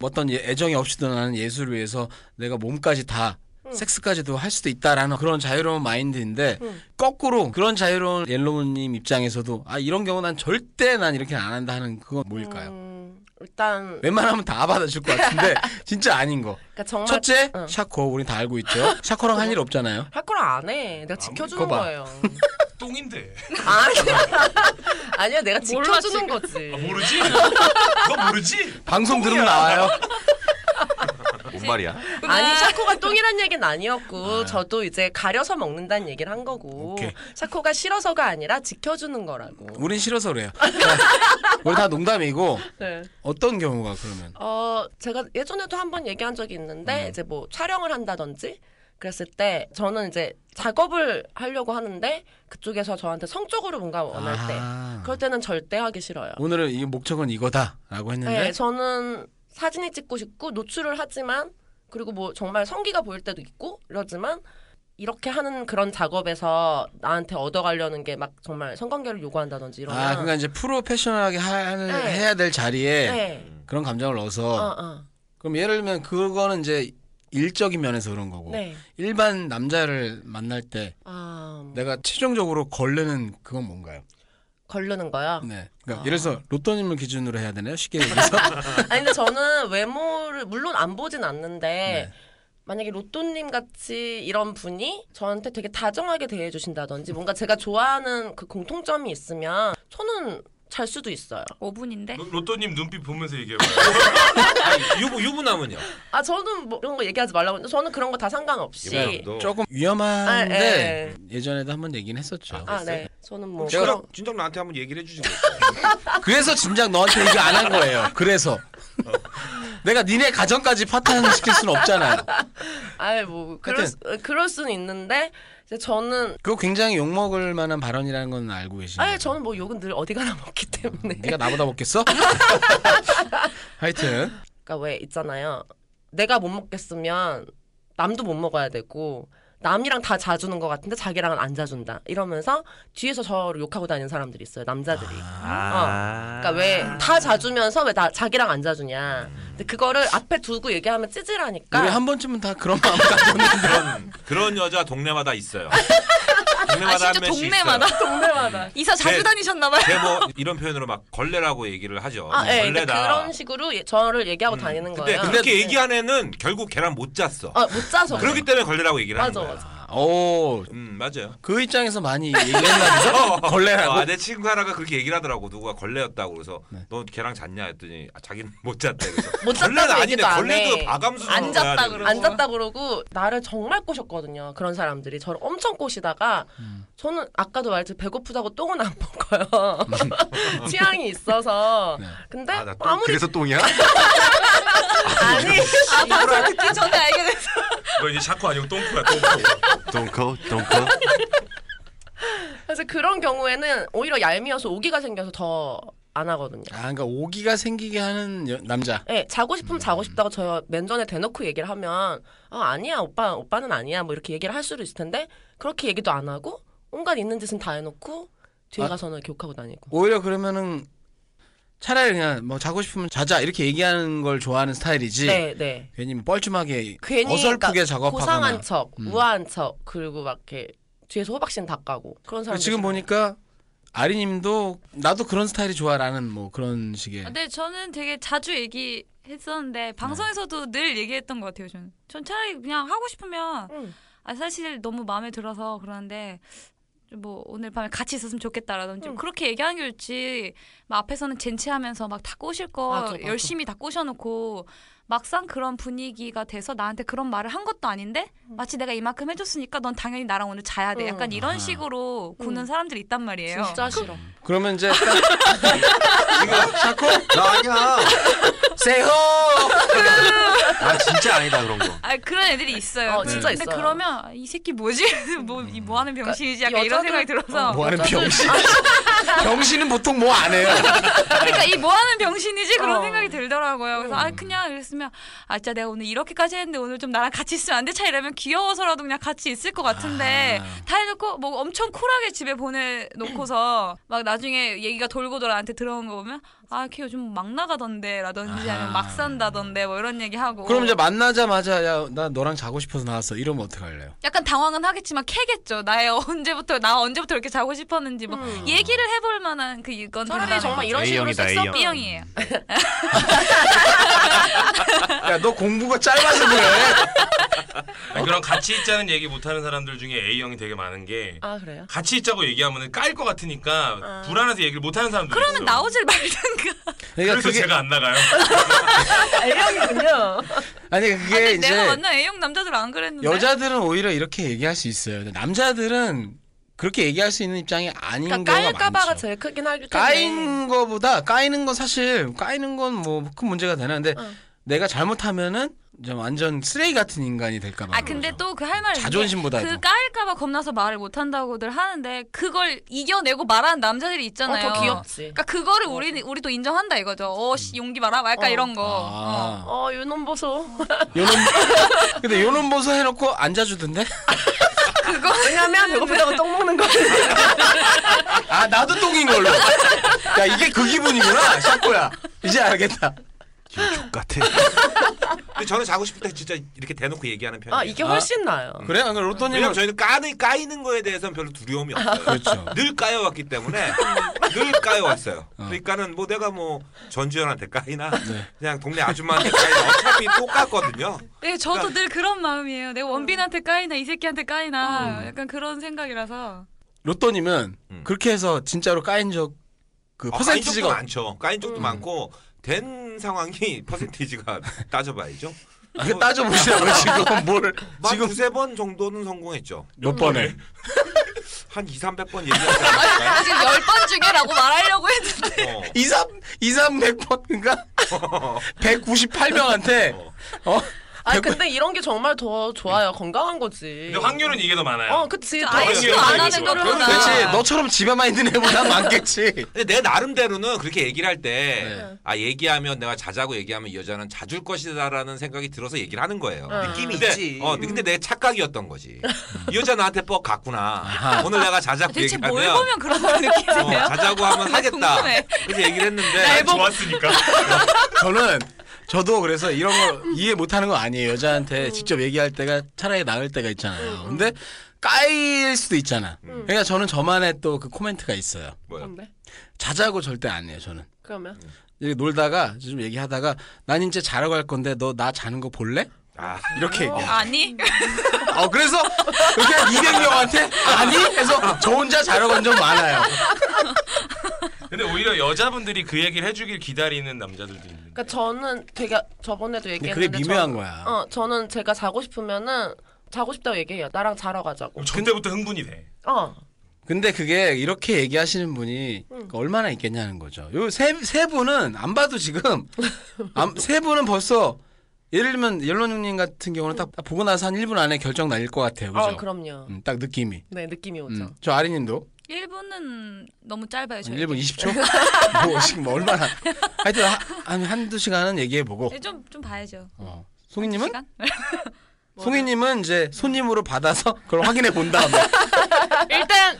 Speaker 1: 어떤 예- 애정이 없이도 나는 예술을 위해서 내가 몸까지 다
Speaker 3: 음.
Speaker 1: 섹스까지도 할 수도 있다라는 그런 자유로운 마인드인데
Speaker 3: 음.
Speaker 1: 거꾸로 그런 자유로운 옐로우님 입장에서도 아 이런 경우 난 절대 난 이렇게 안 한다 하는 그건 뭘까요?
Speaker 3: 음, 일단
Speaker 1: 웬만하면 다 받아줄 것
Speaker 3: (laughs)
Speaker 1: 같은데 진짜 아닌 거.
Speaker 3: 그러니까 정말
Speaker 1: 첫째
Speaker 3: 응.
Speaker 1: 샤코 우린 다 알고 있죠. 샤코랑 할 일 없잖아요.
Speaker 3: 할 거랑 안 해. 내가 지켜주는
Speaker 1: 아, 거봐. (laughs)
Speaker 3: 거예요.
Speaker 4: 똥인데
Speaker 3: 아니야. (laughs) 아니야, 내가
Speaker 5: 몰라,
Speaker 3: 지켜주는
Speaker 4: 아,
Speaker 1: (laughs)
Speaker 3: 거지.
Speaker 4: 모르지? 너 모르지?
Speaker 1: 방송 들으면
Speaker 3: 어,
Speaker 1: 나와요.
Speaker 7: 뭔 말이야?
Speaker 3: 아니, 샤코가 똥이란 얘기는 아니었고, 저도 이제 가려서 먹는다는 얘기를 한 거고,
Speaker 1: 오케이.
Speaker 3: 샤코가 싫어서가 아니라 지켜주는 거라고.
Speaker 1: 우린 싫어서
Speaker 3: (laughs)
Speaker 1: 그래요. 우리 다 농담이고
Speaker 3: 네.
Speaker 1: 어떤 경우가 그러면
Speaker 3: 어, 제가 예전에도 한 번 얘기한 적이
Speaker 1: 음.
Speaker 3: 있는데, 이제 뭐 촬영을 한다든지, 그랬을 때, 저는 이제 작업을 하려고 하는데, 그쪽에서 저한테 성적으로 뭔가 원할 때,
Speaker 1: 아,
Speaker 3: 그럴 때는 절대 하기 싫어요.
Speaker 1: 오늘은 이 목적은 이거다라고 했는데
Speaker 3: 네, 저는 사진이 찍고 싶고 노출을 하지만 그리고 뭐 정말 성기가 보일 때도 있고 이러지만 이렇게 하는 그런 작업에서 나한테 얻어가려는 게 막 정말 성관계를 요구한다든지 이런
Speaker 1: 아 그러니까 이제 프로페셔널하게 하,
Speaker 3: 네.
Speaker 1: 해야 될 자리에
Speaker 3: 네.
Speaker 1: 그런 감정을
Speaker 3: 어,
Speaker 1: 넣어서
Speaker 3: 어.
Speaker 1: 그럼 예를 들면 그거는 이제 일적인 면에서 그런 거고
Speaker 3: 네.
Speaker 1: 일반 남자를 만날 때
Speaker 3: 아, 뭐
Speaker 1: 내가 최종적으로 걸르는 그건 뭔가요?
Speaker 3: 걸르는 거요.
Speaker 1: 네.
Speaker 3: 아.
Speaker 1: 그러니까 예를 들어서 로또님을 기준으로 해야 되나요? 쉽게
Speaker 3: (laughs)
Speaker 1: 얘기해서
Speaker 3: 네. 아니 근데 저는 외모를 물론 안 보진
Speaker 1: 네.
Speaker 3: 않는데 만약에 로또님 같이 이런 분이 저한테 되게 다정하게 대해주신다든지 뭔가 제가 좋아하는 그 공통점이 있으면 저는 잘 수도 있어요.
Speaker 2: 5분인데.
Speaker 4: 로- 로또님 눈빛
Speaker 8: (laughs)
Speaker 4: 보면서 얘기해봐요
Speaker 8: 유부 유부남은요?
Speaker 3: 아 저는 뭐 이런 거 얘기하지 말라고 했는데 저는 그런 거 다 상관없이
Speaker 8: 유부남도
Speaker 1: 조금
Speaker 3: 아,
Speaker 1: 위험한데
Speaker 3: 예,
Speaker 1: 예전에도 한번 얘기는 했었죠.
Speaker 3: 아 네 저는 뭐
Speaker 8: 제가
Speaker 3: 그런-
Speaker 8: 진정 나한테 한번 얘기를 해주시고
Speaker 3: 아, 네.
Speaker 1: 그래서 짐작 너한테 얘기 안 한 거예요. 그래서 내가 니네 가정까지 파탄시킬 수는 없잖아요.
Speaker 3: 아이 뭐 그럴 수, 그럴 수는 있는데 이제 저는
Speaker 1: 그거 굉장히 욕 먹을 만한 발언이라는 건 알고 계시는
Speaker 3: 아예
Speaker 1: 거죠.
Speaker 3: 저는 뭐 욕은 늘 어디 가나 먹기 때문에
Speaker 1: 네가 나보다
Speaker 3: (laughs)
Speaker 1: 먹겠어? 하여튼
Speaker 3: 그러니까 왜 있잖아요 내가 못 먹겠으면 남도 못 먹어야 되고 남이랑 다 자주는 것 같은데 자기랑은 안 자준다 이러면서 뒤에서 저를 욕하고 다니는 사람들이 있어요 남자들이
Speaker 7: 아.
Speaker 3: 그러니까 왜 다 자주면서 왜 나 자기랑 안 자주냐 근데 그거를 앞에 두고 얘기하면 찌질하니까
Speaker 1: 우리 한 번쯤은 다 그런 마음 가졌는데
Speaker 8: 그런 그런 여자 동네마다
Speaker 3: (laughs)
Speaker 8: 있어요.
Speaker 3: 아,
Speaker 8: 동네마다
Speaker 2: 아 진짜
Speaker 8: 한 명씩
Speaker 2: 동네마다.
Speaker 8: 있어요.
Speaker 3: 동네마다
Speaker 2: 이사
Speaker 8: 네.
Speaker 2: 자주 다니셨나봐요.
Speaker 8: 걔뭐 이런 표현으로 막 걸레라고 얘기를 하죠.
Speaker 3: 아, 예, 그러니까
Speaker 8: 걸레다. 음.
Speaker 3: 그런 식으로 예- 저를 얘기하고 다니는
Speaker 8: 근데
Speaker 3: 거예요.
Speaker 8: 그렇게 얘기한 애는 결국 걔랑 못 잤어.
Speaker 3: 아, 못 짜서.
Speaker 8: 그렇기 때문에 걸레라고 얘기를 하는
Speaker 3: 맞아,
Speaker 8: 거야.
Speaker 3: 맞아.
Speaker 1: 아, 오,
Speaker 8: 음 맞아요.
Speaker 1: 그 입장에서 많이
Speaker 3: (laughs) 어,
Speaker 1: 얘기했나 보죠? 걸레라고.
Speaker 4: 뭐-
Speaker 8: 아, 내 친구 하나가 그렇게 얘기를 하더라고. 누가 걸레였다고 그래서
Speaker 1: 네.
Speaker 8: 너 걔랑 잤냐 했더니 아, 자기는 못 잤대. 그래서
Speaker 3: (laughs) 못 잤다고
Speaker 8: 걸레는 아닌데
Speaker 3: 얘기도 안
Speaker 8: 걸레도
Speaker 3: 해.
Speaker 8: 바감수 정도
Speaker 2: 안 잤다
Speaker 8: 해야 돼.
Speaker 2: 그러고.
Speaker 3: 안 잤다 그러고 나를 정말 꼬셨거든요. 그런 사람들이 저를 엄청 꼬시다가
Speaker 1: 음.
Speaker 3: 저는 아까도 말했듯이 배고프다고 똥은 안
Speaker 1: (laughs)
Speaker 3: 먹어요. 취향이 있어서.
Speaker 1: 네.
Speaker 3: 근데
Speaker 7: 아, 나 똥,
Speaker 3: 아무리
Speaker 7: 그래서 똥이야?
Speaker 2: 아니 아 방송 듣기 전에 알게 됐어.
Speaker 4: 너 이제 샤코 아니고 똥코야
Speaker 3: (laughs) 네.
Speaker 4: 똥코.
Speaker 7: 똥커, 똥커.
Speaker 3: 그래서 그런 경우에는 오히려 얄미워서 오기가 생겨서 더 안 하거든요.
Speaker 1: 아, 그러니까 오기가 생기게 하는 여- 남자.
Speaker 3: 예, 자고 싶으면
Speaker 1: 음.
Speaker 3: 자고 싶다고 저 맨전에 대놓고 얘기를 하면 아 아니야 오빠 오빠는 아니야 뭐 이렇게 얘기를 할 수도 있을 텐데 그렇게 얘기도 안 하고 온갖 있는 짓은 다 해놓고 뒤에
Speaker 1: 아.
Speaker 3: 가서는 욕하고 다니고
Speaker 1: 오히려 그러면은 차라리 그냥 뭐 자고 싶으면 자자 이렇게 얘기하는 걸 좋아하는 스타일이지.
Speaker 3: 네 네.
Speaker 1: 괜히 뭐 뻘쭘하게
Speaker 3: 괜히
Speaker 1: 어설프게
Speaker 3: 그러니까
Speaker 1: 작업하거나.
Speaker 3: 고상한 척, 우아한 척, 그리고 막 이렇게 뒤에서 호박신 다 까고 그런 사람.
Speaker 1: 지금 뭐 보니까 아리님도 나도 그런 스타일이 좋아라는 뭐 그런 식의.
Speaker 2: 근데 네, 저는 되게 자주 얘기했었는데 방송에서도
Speaker 3: 네.
Speaker 2: 늘 얘기했던 것 같아요. 저는 전 차라리 그냥 하고 싶으면
Speaker 3: 응.
Speaker 2: 아 사실 너무 마음에 들어서 그러는데 좀뭐 오늘 밤에 같이 있었으면 좋겠다라든지
Speaker 3: 응.
Speaker 2: 그렇게 얘기하는 게 좋지 막 앞에서는 젠치하면서 막 다 꼬실 거
Speaker 3: 맞아, 맞아.
Speaker 2: 열심히 다 꼬셔놓고 막상 그런 분위기가 돼서 나한테 그런 말을 한 것도 아닌데 마치 내가 이만큼 해줬으니까 넌 당연히 나랑 오늘 자야 돼
Speaker 3: 응.
Speaker 2: 약간 이런 식으로 구는 사람들이 있단 말이에요
Speaker 3: 진짜 싫어.
Speaker 1: 그러면 이제
Speaker 3: (laughs)
Speaker 1: 이거 샤코
Speaker 7: 나 아니야.
Speaker 1: 세호.
Speaker 7: 나 진짜 아니다 그런 거.
Speaker 2: 아 그런 애들이 있어요.
Speaker 3: 어, 진짜
Speaker 2: 근데
Speaker 3: 있어요.
Speaker 2: 그러면 아, 이 새끼 뭐지? (laughs) 뭐, 이 뭐하는 병신이지? 약간
Speaker 3: 그러니까
Speaker 2: 이런 생각이
Speaker 3: 여자들-
Speaker 2: 들어서.
Speaker 1: 뭐 하는 병신?
Speaker 3: 아,
Speaker 1: (laughs) 병신은 보통 뭐 안 해요.
Speaker 2: 그러니까 이 뭐하는 병신이지? 그런
Speaker 3: 어. 음.
Speaker 2: 생각이 들더라고요. 그래서 아 그냥 이랬으면 아 진짜 내가 오늘 이렇게까지 했는데 오늘 좀 나랑 같이 있으면 안 돼? 차 이러면 귀여워서라도 그냥 같이 있을 것 같은데
Speaker 1: 아.
Speaker 2: 다 해놓고 뭐 엄청 쿨하게 집에 보내놓고서 (clears throat) 막 나중에 얘기가 돌고 돌아 나한테 들어온 거 보면 아 걔 요즘 막 나가던데 라든지
Speaker 1: 아.
Speaker 2: 아니면 막 산다던데 뭐 이런 얘기하고
Speaker 1: 그럼 이제 만나자마자 야 나 너랑 자고 싶어서 나왔어 이러면 어떡할래요?
Speaker 2: 약간 당황은 하겠지만 캐겠죠. 나의 (laughs) 언제부터 나 언제부터 이렇게 자고 싶었는지 뭐
Speaker 3: 음.
Speaker 2: 얘기를 해볼 만한 그 이건
Speaker 3: 차라리 정말 그렇죠. 이런 식으로
Speaker 7: A형이다,
Speaker 3: 섹스업
Speaker 7: A형.
Speaker 2: B 형이에요.
Speaker 1: 야 너 공부가 짧아서 그래.
Speaker 4: 아니, 그런 같이 있자는 얘기 못하는 사람들 중에 A 형이 되게 많은 게
Speaker 3: 아 그래요?
Speaker 4: 같이 있자고 얘기하면 깔 것 같으니까
Speaker 3: 아.
Speaker 4: 불안해서 얘기를 못하는 사람들.
Speaker 2: 그러면 나오질 말든가.
Speaker 1: 그러니까
Speaker 4: 그래서
Speaker 1: 그게
Speaker 4: 제가 안 나가요.
Speaker 3: (laughs) A형이군요.
Speaker 1: 아니 그게
Speaker 2: 근데
Speaker 1: 이제
Speaker 2: 내가 만난 A형 남자들 안 그랬는데.
Speaker 1: 여자들은 오히려 이렇게 얘기할 수 있어요. 근데 남자들은 그렇게 얘기할 수 있는 입장이 아닌
Speaker 3: 그러니까
Speaker 1: 경우가
Speaker 3: 깔까봐가
Speaker 1: 많죠.
Speaker 3: 제일 크긴 어, 할 텐데.
Speaker 1: 까인 거보다 까이는 건 사실 까이는 건 뭐 큰 문제가 되는데
Speaker 3: 응.
Speaker 1: 내가 잘못하면은 좀 완전 쓰레기 같은 인간이 될까 봐.
Speaker 2: 아 근데 또 그 할 말이
Speaker 1: 자존심보다도.
Speaker 2: 그 까일까봐 겁나서 말을 못 한다고들 하는데 그걸 이겨내고 말하는 남자들이
Speaker 3: 어,
Speaker 2: 있잖아요.
Speaker 3: 더 귀엽지.
Speaker 2: 그러니까 그거를 우리 우리도 인정한다 이거죠. 어씨 용기 봐라. 약간
Speaker 3: 어.
Speaker 2: 이런 거. 어.
Speaker 1: 음. 아.
Speaker 3: 어, 요놈 보소.
Speaker 1: 요놈 근데 요놈 보소 해놓고 앉아주던데?
Speaker 2: 그거
Speaker 3: 왜냐면 배고프다고 똥 먹는 거.
Speaker 1: 아 나도 똥인 걸로. 야 이게 그 기분이구나 샤코야. 이제 알겠다.
Speaker 7: 지금 족 같아.
Speaker 8: 근데 저는 자고 싶을 때 진짜 이렇게 대놓고 얘기하는 편이에요.
Speaker 3: 아, 이게 훨씬 나아요.
Speaker 1: 그래? 아, 그럼 로또님은
Speaker 8: 왜냐면 저희는 까는 까이는 거에 대해서는 별로 두려움이 없어요.
Speaker 1: 그렇죠.
Speaker 8: 늘 까여왔기 때문에 늘 까여왔어요. 그러니까는 뭐 내가 뭐 전주현한테 까이나 그냥 동네 아줌마한테 까이나 어차피 똑같거든요.
Speaker 2: 네, 저도
Speaker 3: 그러니까
Speaker 2: 늘 그런 마음이에요. 내가 원빈한테 까이나 이 새끼한테 까이나
Speaker 1: 음.
Speaker 2: 약간 그런 생각이라서.
Speaker 1: 로또님은
Speaker 8: 음.
Speaker 1: 그렇게 해서 진짜로 까인 적 그
Speaker 8: 아,
Speaker 1: 퍼센티지가
Speaker 8: 까인 적도 많죠. 까인 적도 많고 된 상황이 (laughs) 퍼센티지가 따져봐야죠.
Speaker 1: 아, 그
Speaker 8: (laughs)
Speaker 1: 따져보시라고 지금 뭘
Speaker 8: 막그
Speaker 1: 지금
Speaker 8: 두세 번 정도는 성공했죠.
Speaker 1: 몇 번에
Speaker 8: 한 2, 300번 얘기하지
Speaker 6: (laughs)
Speaker 8: 않을까요?
Speaker 2: 지금
Speaker 1: (laughs)
Speaker 2: 10번 중에라고 말하려고 했는데.
Speaker 8: 어.
Speaker 1: 2, 3 2, 3
Speaker 8: (laughs)
Speaker 1: 100번인가 198명한테 어
Speaker 3: 아, 근데 이런 게 정말 더 좋아요. 건강한 거지.
Speaker 4: 근데 확률은 이게 더 많아요.
Speaker 3: 어, 그치.
Speaker 2: 아예
Speaker 4: 아니,
Speaker 2: 시도 안
Speaker 4: 아니,
Speaker 2: 하는
Speaker 4: 아니,
Speaker 2: 것보다.
Speaker 1: 그렇지 너처럼 집에만 있는 애보다 많겠지
Speaker 8: 근데 내 나름대로는 그렇게 얘기를 할 때
Speaker 1: 네.
Speaker 8: 아 얘기하면 내가 자자고 얘기하면 이 여자는 자줄 것이다라는 생각이 들어서 얘기를 하는 거예요.
Speaker 3: 네.
Speaker 7: 느낌이
Speaker 8: 근데,
Speaker 7: 있지.
Speaker 8: 어, 근데 내 착각이었던 거지. 이 여자 나한테 뻑 갔구나. 오늘 내가 자자고
Speaker 2: 대체
Speaker 8: 얘기하면
Speaker 2: 뭘 보면 그런 걸
Speaker 8: 어,
Speaker 2: 느끼세요?
Speaker 8: 자자고
Speaker 1: 아,
Speaker 8: 하면 하겠다.
Speaker 2: 궁금해.
Speaker 8: 그래서 얘기를 했는데
Speaker 4: 난 아, 좋았으니까.
Speaker 1: 저는 저도 그래서 이런 걸 이해 못하는 건 아니에요 여자한테
Speaker 8: 음.
Speaker 1: 직접 얘기할 때가 차라리 나을 때가 있잖아요 근데 까일 수도 있잖아
Speaker 8: 음.
Speaker 1: 그러니까 저는 저만의 또 그 코멘트가 있어요
Speaker 8: 뭐야?
Speaker 3: 근데
Speaker 1: 자자고 절대 안 해요 저는
Speaker 3: 아, 그러면
Speaker 1: 이렇게 놀다가 좀 얘기하다가 난 이제 자러 갈 건데 너 나 자는 거 볼래?
Speaker 8: 아,
Speaker 1: 이렇게 얘기해.
Speaker 2: 아니
Speaker 1: 어 그래서 이렇게 200명한테 아니 해서 저 혼자 자려고 한적 많아요.
Speaker 4: 근데 오히려 여자분들이 그 얘기를 해주길 기다리는 남자들도 있는.
Speaker 3: 그러니까 저는 되게 저번에도
Speaker 1: 근데
Speaker 3: 얘기했는데
Speaker 1: 그게 미묘한
Speaker 3: 저,
Speaker 1: 거야.
Speaker 3: 어 저는 제가 자고 싶으면은 자고 싶다고 얘기해요. 나랑 자러 가자고.
Speaker 4: 그럼 그때부터 흥분이 돼.
Speaker 3: 어.
Speaker 1: 근데 그게 이렇게 얘기하시는 분이 그러니까 얼마나 있겠냐는 거죠. 요 세 세 분은 안 봐도 지금 암- 세 분은 벌써 예를 들면 옐로님님 같은 경우는 딱 보고 나서 한 1분 안에 결정 날 것 같아요. 그죠?
Speaker 3: 어 그럼요.
Speaker 1: 음, 딱 느낌이.
Speaker 3: 네 느낌이 오죠.
Speaker 1: 음. 저 아리님도
Speaker 2: 1분은 너무 짧아요. 저희.
Speaker 1: 1분
Speaker 2: (laughs)
Speaker 1: 20초? 뭐 지금 얼마나 하여튼 하- 한 한두 시간은 얘기해 보고.
Speaker 2: 네, 좀좀 봐야죠.
Speaker 1: 어. 송이님은
Speaker 2: 시간?
Speaker 1: 송이님은 이제 손님으로 받아서 (laughs) 그걸 확인해 본 다음에
Speaker 5: 일단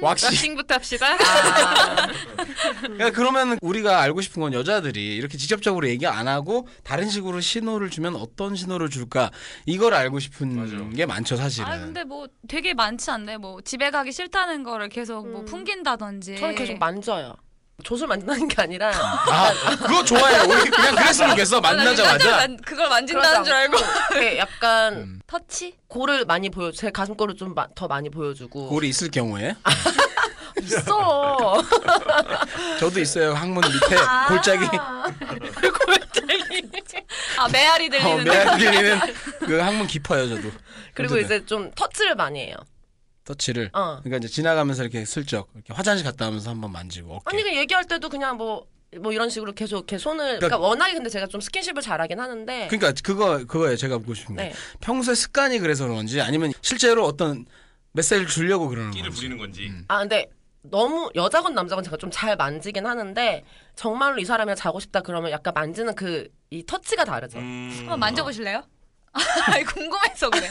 Speaker 1: (laughs) 왁싱. 아.
Speaker 5: 왁싱부터 합시다.
Speaker 1: (laughs) 그러니까 그러면 우리가 알고 싶은 건 여자들이 이렇게 직접적으로 얘기 안 하고 다른 식으로 신호를 주면 어떤 신호를 줄까 이걸 알고 싶은 게 많죠 사실은
Speaker 2: 아 근데 뭐 되게 많지 않나요? 뭐 집에 가기 싫다는 거를 계속 뭐 풍긴다든지.
Speaker 3: 음. 저는 계속 만져요. 조술 만지는 게 아니라
Speaker 1: (laughs) 아, 그거 좋아요 우리 그냥 그랬으면 좋겠어
Speaker 2: 아, 나 남자를
Speaker 1: 만나자마자
Speaker 2: 만- 그걸 만진다는 줄 알고.
Speaker 3: 이렇게 약간
Speaker 1: 음.
Speaker 2: 터치?
Speaker 3: 골을 많이 보여 제 가슴골을 좀 더 많이 보여주고
Speaker 1: 골이 있을 경우에
Speaker 3: (laughs)
Speaker 2: 아.
Speaker 3: 있어 (laughs)
Speaker 1: 저도 있어요 항문 밑에
Speaker 2: (laughs)
Speaker 1: 골짜기
Speaker 2: 아 메아리
Speaker 1: 어,
Speaker 2: 들리는.
Speaker 1: 매일 들리는 그 항문 깊어요 저도
Speaker 3: 그리고
Speaker 1: 힘드네.
Speaker 3: 이제 좀 터치를 많이 해요
Speaker 1: 터치를
Speaker 3: 어.
Speaker 1: 그러니까 이제 지나가면서 이렇게 슬쩍 이렇게 화장실 갔다 오면서 한번 만지고 어깨
Speaker 3: 아니 그 얘기할 때도 그냥 뭐 뭐 이런 식으로 계속 이렇게 손을
Speaker 1: 그러니까-
Speaker 3: 그러니까 워낙에 근데 제가 좀 스킨십을 잘하긴 하는데
Speaker 1: 그러니까 그거 그거예요 제가 묻고 싶은 게
Speaker 3: 네.
Speaker 1: 평소에 습관이 그래서 그런지 아니면 실제로 어떤 메시지를 주려고 그러는
Speaker 4: 끼를
Speaker 1: 건지
Speaker 4: 부리는 건지.
Speaker 3: 아 근데 너무 여자건 남자건 제가 좀 잘 만지긴 하는데 정말로 이 사람이랑 자고 싶다 그러면 약간 만지는 그 이 터치가 다르죠
Speaker 4: 음.
Speaker 1: 어,
Speaker 2: 한번 만져보실래요? (laughs) 아이, 궁금해서 그래.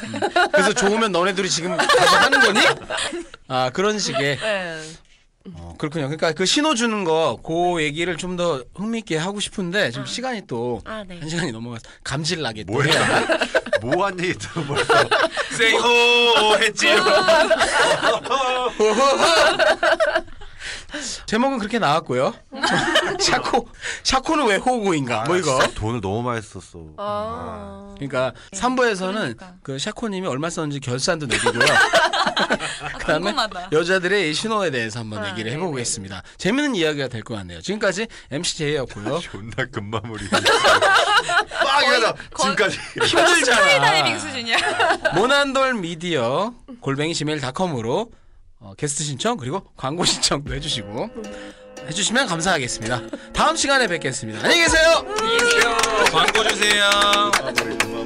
Speaker 1: 그래서 좋으면 너네들이 지금 다시 하는 거니? 아 그런 식의
Speaker 3: 네.
Speaker 1: 어, 그렇군요 그러니까 그 신호 주는 거 그 얘기를 좀 더 흥미있게 하고 싶은데 지금 시간이 또 한
Speaker 3: 아, 네.
Speaker 1: 시간이 넘어가서 감질나게 또
Speaker 8: 뭐야?
Speaker 1: 해야
Speaker 7: 뭐한 얘기 들어볼
Speaker 1: 뭐.
Speaker 4: 세이호 했지.
Speaker 1: 제목은 그렇게 나왔고요 (laughs) 샤코 샤코는 왜 호구인가 뭐 이거
Speaker 7: 돈을 너무 많이 썼어.
Speaker 3: 아.
Speaker 1: 그러니까 3부에서는 그
Speaker 2: 네, 그러니까.
Speaker 1: 샤코님이 얼마 썼는지 결산도
Speaker 2: (laughs)
Speaker 1: 내리고요. 그다음에
Speaker 2: 아, 궁금하다. 아, 네,
Speaker 1: 여자들의 이 신호에 대해서 한번 얘기를 해보겠습니다. 재밌는 이야기가 될 것 같네요. 지금까지 MC
Speaker 2: (laughs)
Speaker 1: 제이였고요.
Speaker 7: 존나 금마무리. 빡이다. 지금까지.
Speaker 2: 스카이다이빙
Speaker 1: 힘들잖아.
Speaker 2: 수준이야.
Speaker 1: 모난돌 미디어 골뱅이 지메일닷컴으로 어, 게스트 신청 그리고 광고 신청도 해주시고 해주시면 감사하겠습니다. 다음 시간에 뵙겠습니다. 안녕히 계세요.
Speaker 4: 광고 주세요.
Speaker 7: 금마무리.